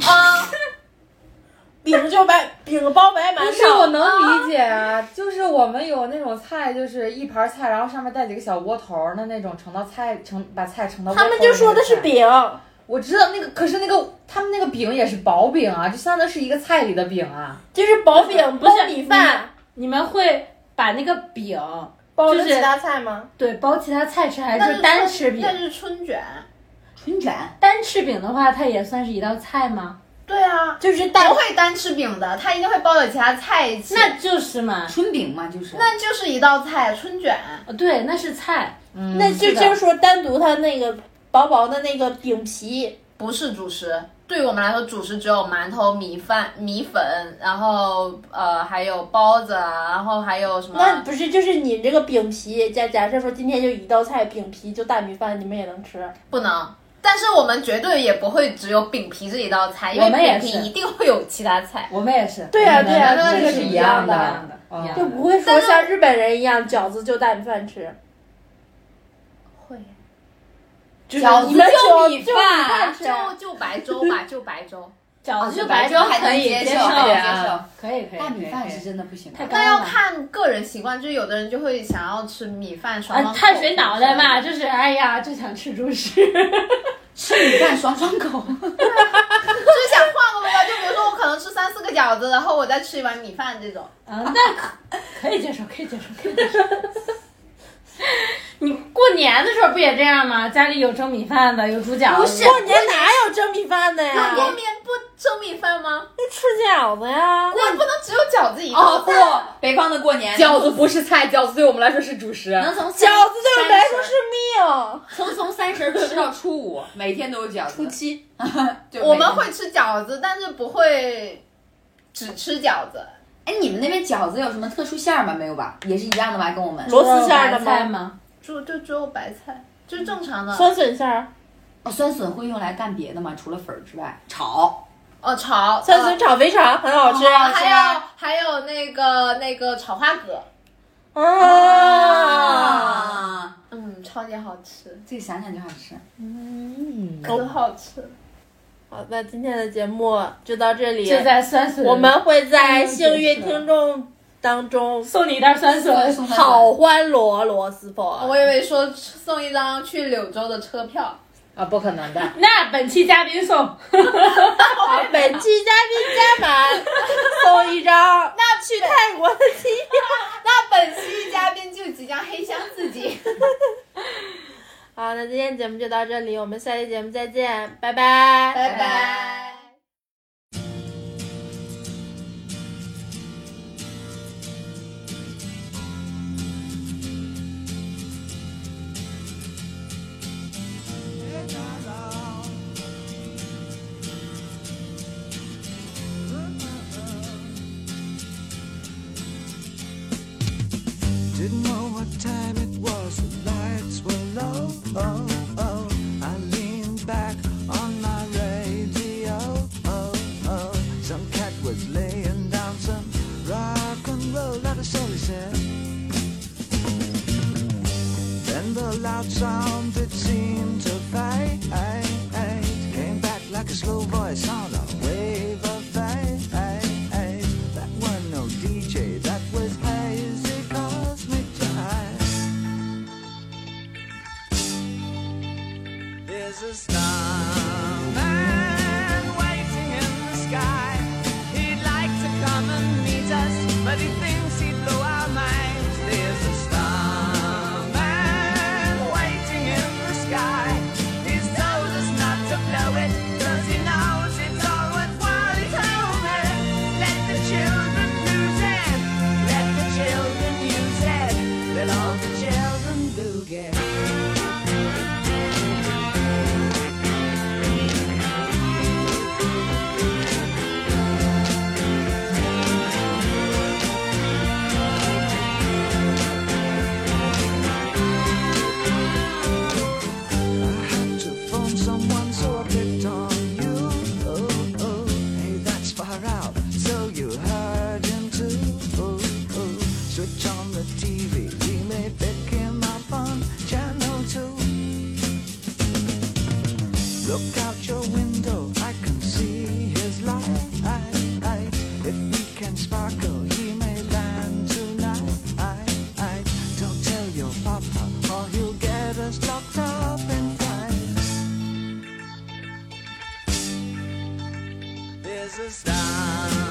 饼就白饼包白不馒是头。我能理解啊，就是我们有那种菜，就是一盘菜，然后上面带几个小窝头儿的那种，盛到菜盛把菜盛到。他们就说的是。饼，我知道那个，可是那个他们那个饼也是薄饼啊，就相当于是一个菜里的饼啊。就是薄饼不是包米饭，你们会把那个饼包就着是其他菜吗？对包其他菜吃，还那是单吃饼那？是春卷。春卷，单吃饼的话，它也算是一道菜吗？对啊，就是不大会单吃饼的，它一定会包着其他菜一起。那就是嘛。春饼嘛，就是。那就是一道菜，春卷。呃对，那是菜。嗯，那就是的就是说单独它那个薄薄的那个饼皮，不是主食，对于我们来说，主食只有馒头、米饭、米粉，然后呃还有包子啊，然后还有什么？那不是就是你这个饼皮，假假设说今天就一道菜，饼皮就大米饭，你们也能吃。不能。但是我们绝对也不会只有饼皮这一道菜，因为我们也饼是皮一定会有其他菜。我们也是。对呀、嗯对呀、那这那个是是一一样样的的，一样就的嗯不会说像日本人一样饺子就大米饭吃。会，就是哦饺子你们就就米就饭米啊吃，啊啊就就白粥 [laughs] 吧，就白粥。饺子哦就白粥还能可以接接还对能啊接受。可以可以。大米饭可以是真的不行啊，太那干要了。看个人习惯，就是有的人就会想要吃米饭爽啊，爽口碳水脑袋 [laughs] 嘛，。就是哎呀，就想吃主食。吃米饭爽爽口。就是想换个味道，就比如说我可能吃三四个饺子，然后我再吃一碗米饭这种。 [laughs] 啊，那可可以接受，可以接受，可以接受。 [laughs] 你过年的时候不也这样吗？家里有蒸米饭的，有煮饺子的。过年哪有蒸米饭的呀？过年不蒸米饭吗？那吃饺子呀。那也不能只有饺子一道哦菜。不，北方的过年饺子不是菜，饺子对我们来说是主食。能从饺子对我们来说是命，从从三十吃到初五，每天都有饺子。初七， [laughs] 就我每们天会吃饺子，但是不会只吃饺子。哎，你们那边饺子有什么特殊馅儿吗？没有吧？也是一样的吧？跟我们螺丝馅儿白的菜吗？吗？就就只有白菜，就是正常的。酸笋馅儿，哦，酸笋会用来干别的吗？除了粉儿之外，炒。哦，炒酸笋炒肥肠很好吃呃啊。还有还有那个那个炒花蛤，啊，啊，嗯，超级好吃，这个想想就好 [laughs] 吃。嗯，哦可好吃。好，那今天的节目就到这里，就在酸笋。我们会在幸运听众当中送你一袋酸笋。送好欢螺螺蛳粉。哦我以为说送一张去柳州的车票，啊，不可能的。那本期嘉宾送，好，本期嘉宾加满送一张 [laughs] 那去泰国的机票。那本期嘉宾就即将黑箱自己。好，那今天节目就到这里，我们下期节目再见，拜拜。拜拜。 Didn't know what time it was, the lights were low. Oh, oh, I leaned back on my radio. Oh, oh, some cat was laying down some rock and roll, that is all he said. Then the loud sound that seemed to fade came back like a slow voice on a wave of fate. That were no DJ, that was hazy cosmic jive. There's a starman waiting in the sky. He'd like to come and meet us, but he thinks he'd blow our minds. There's a starman waiting in the sky. He's told us not to blow it, does he not? is a star.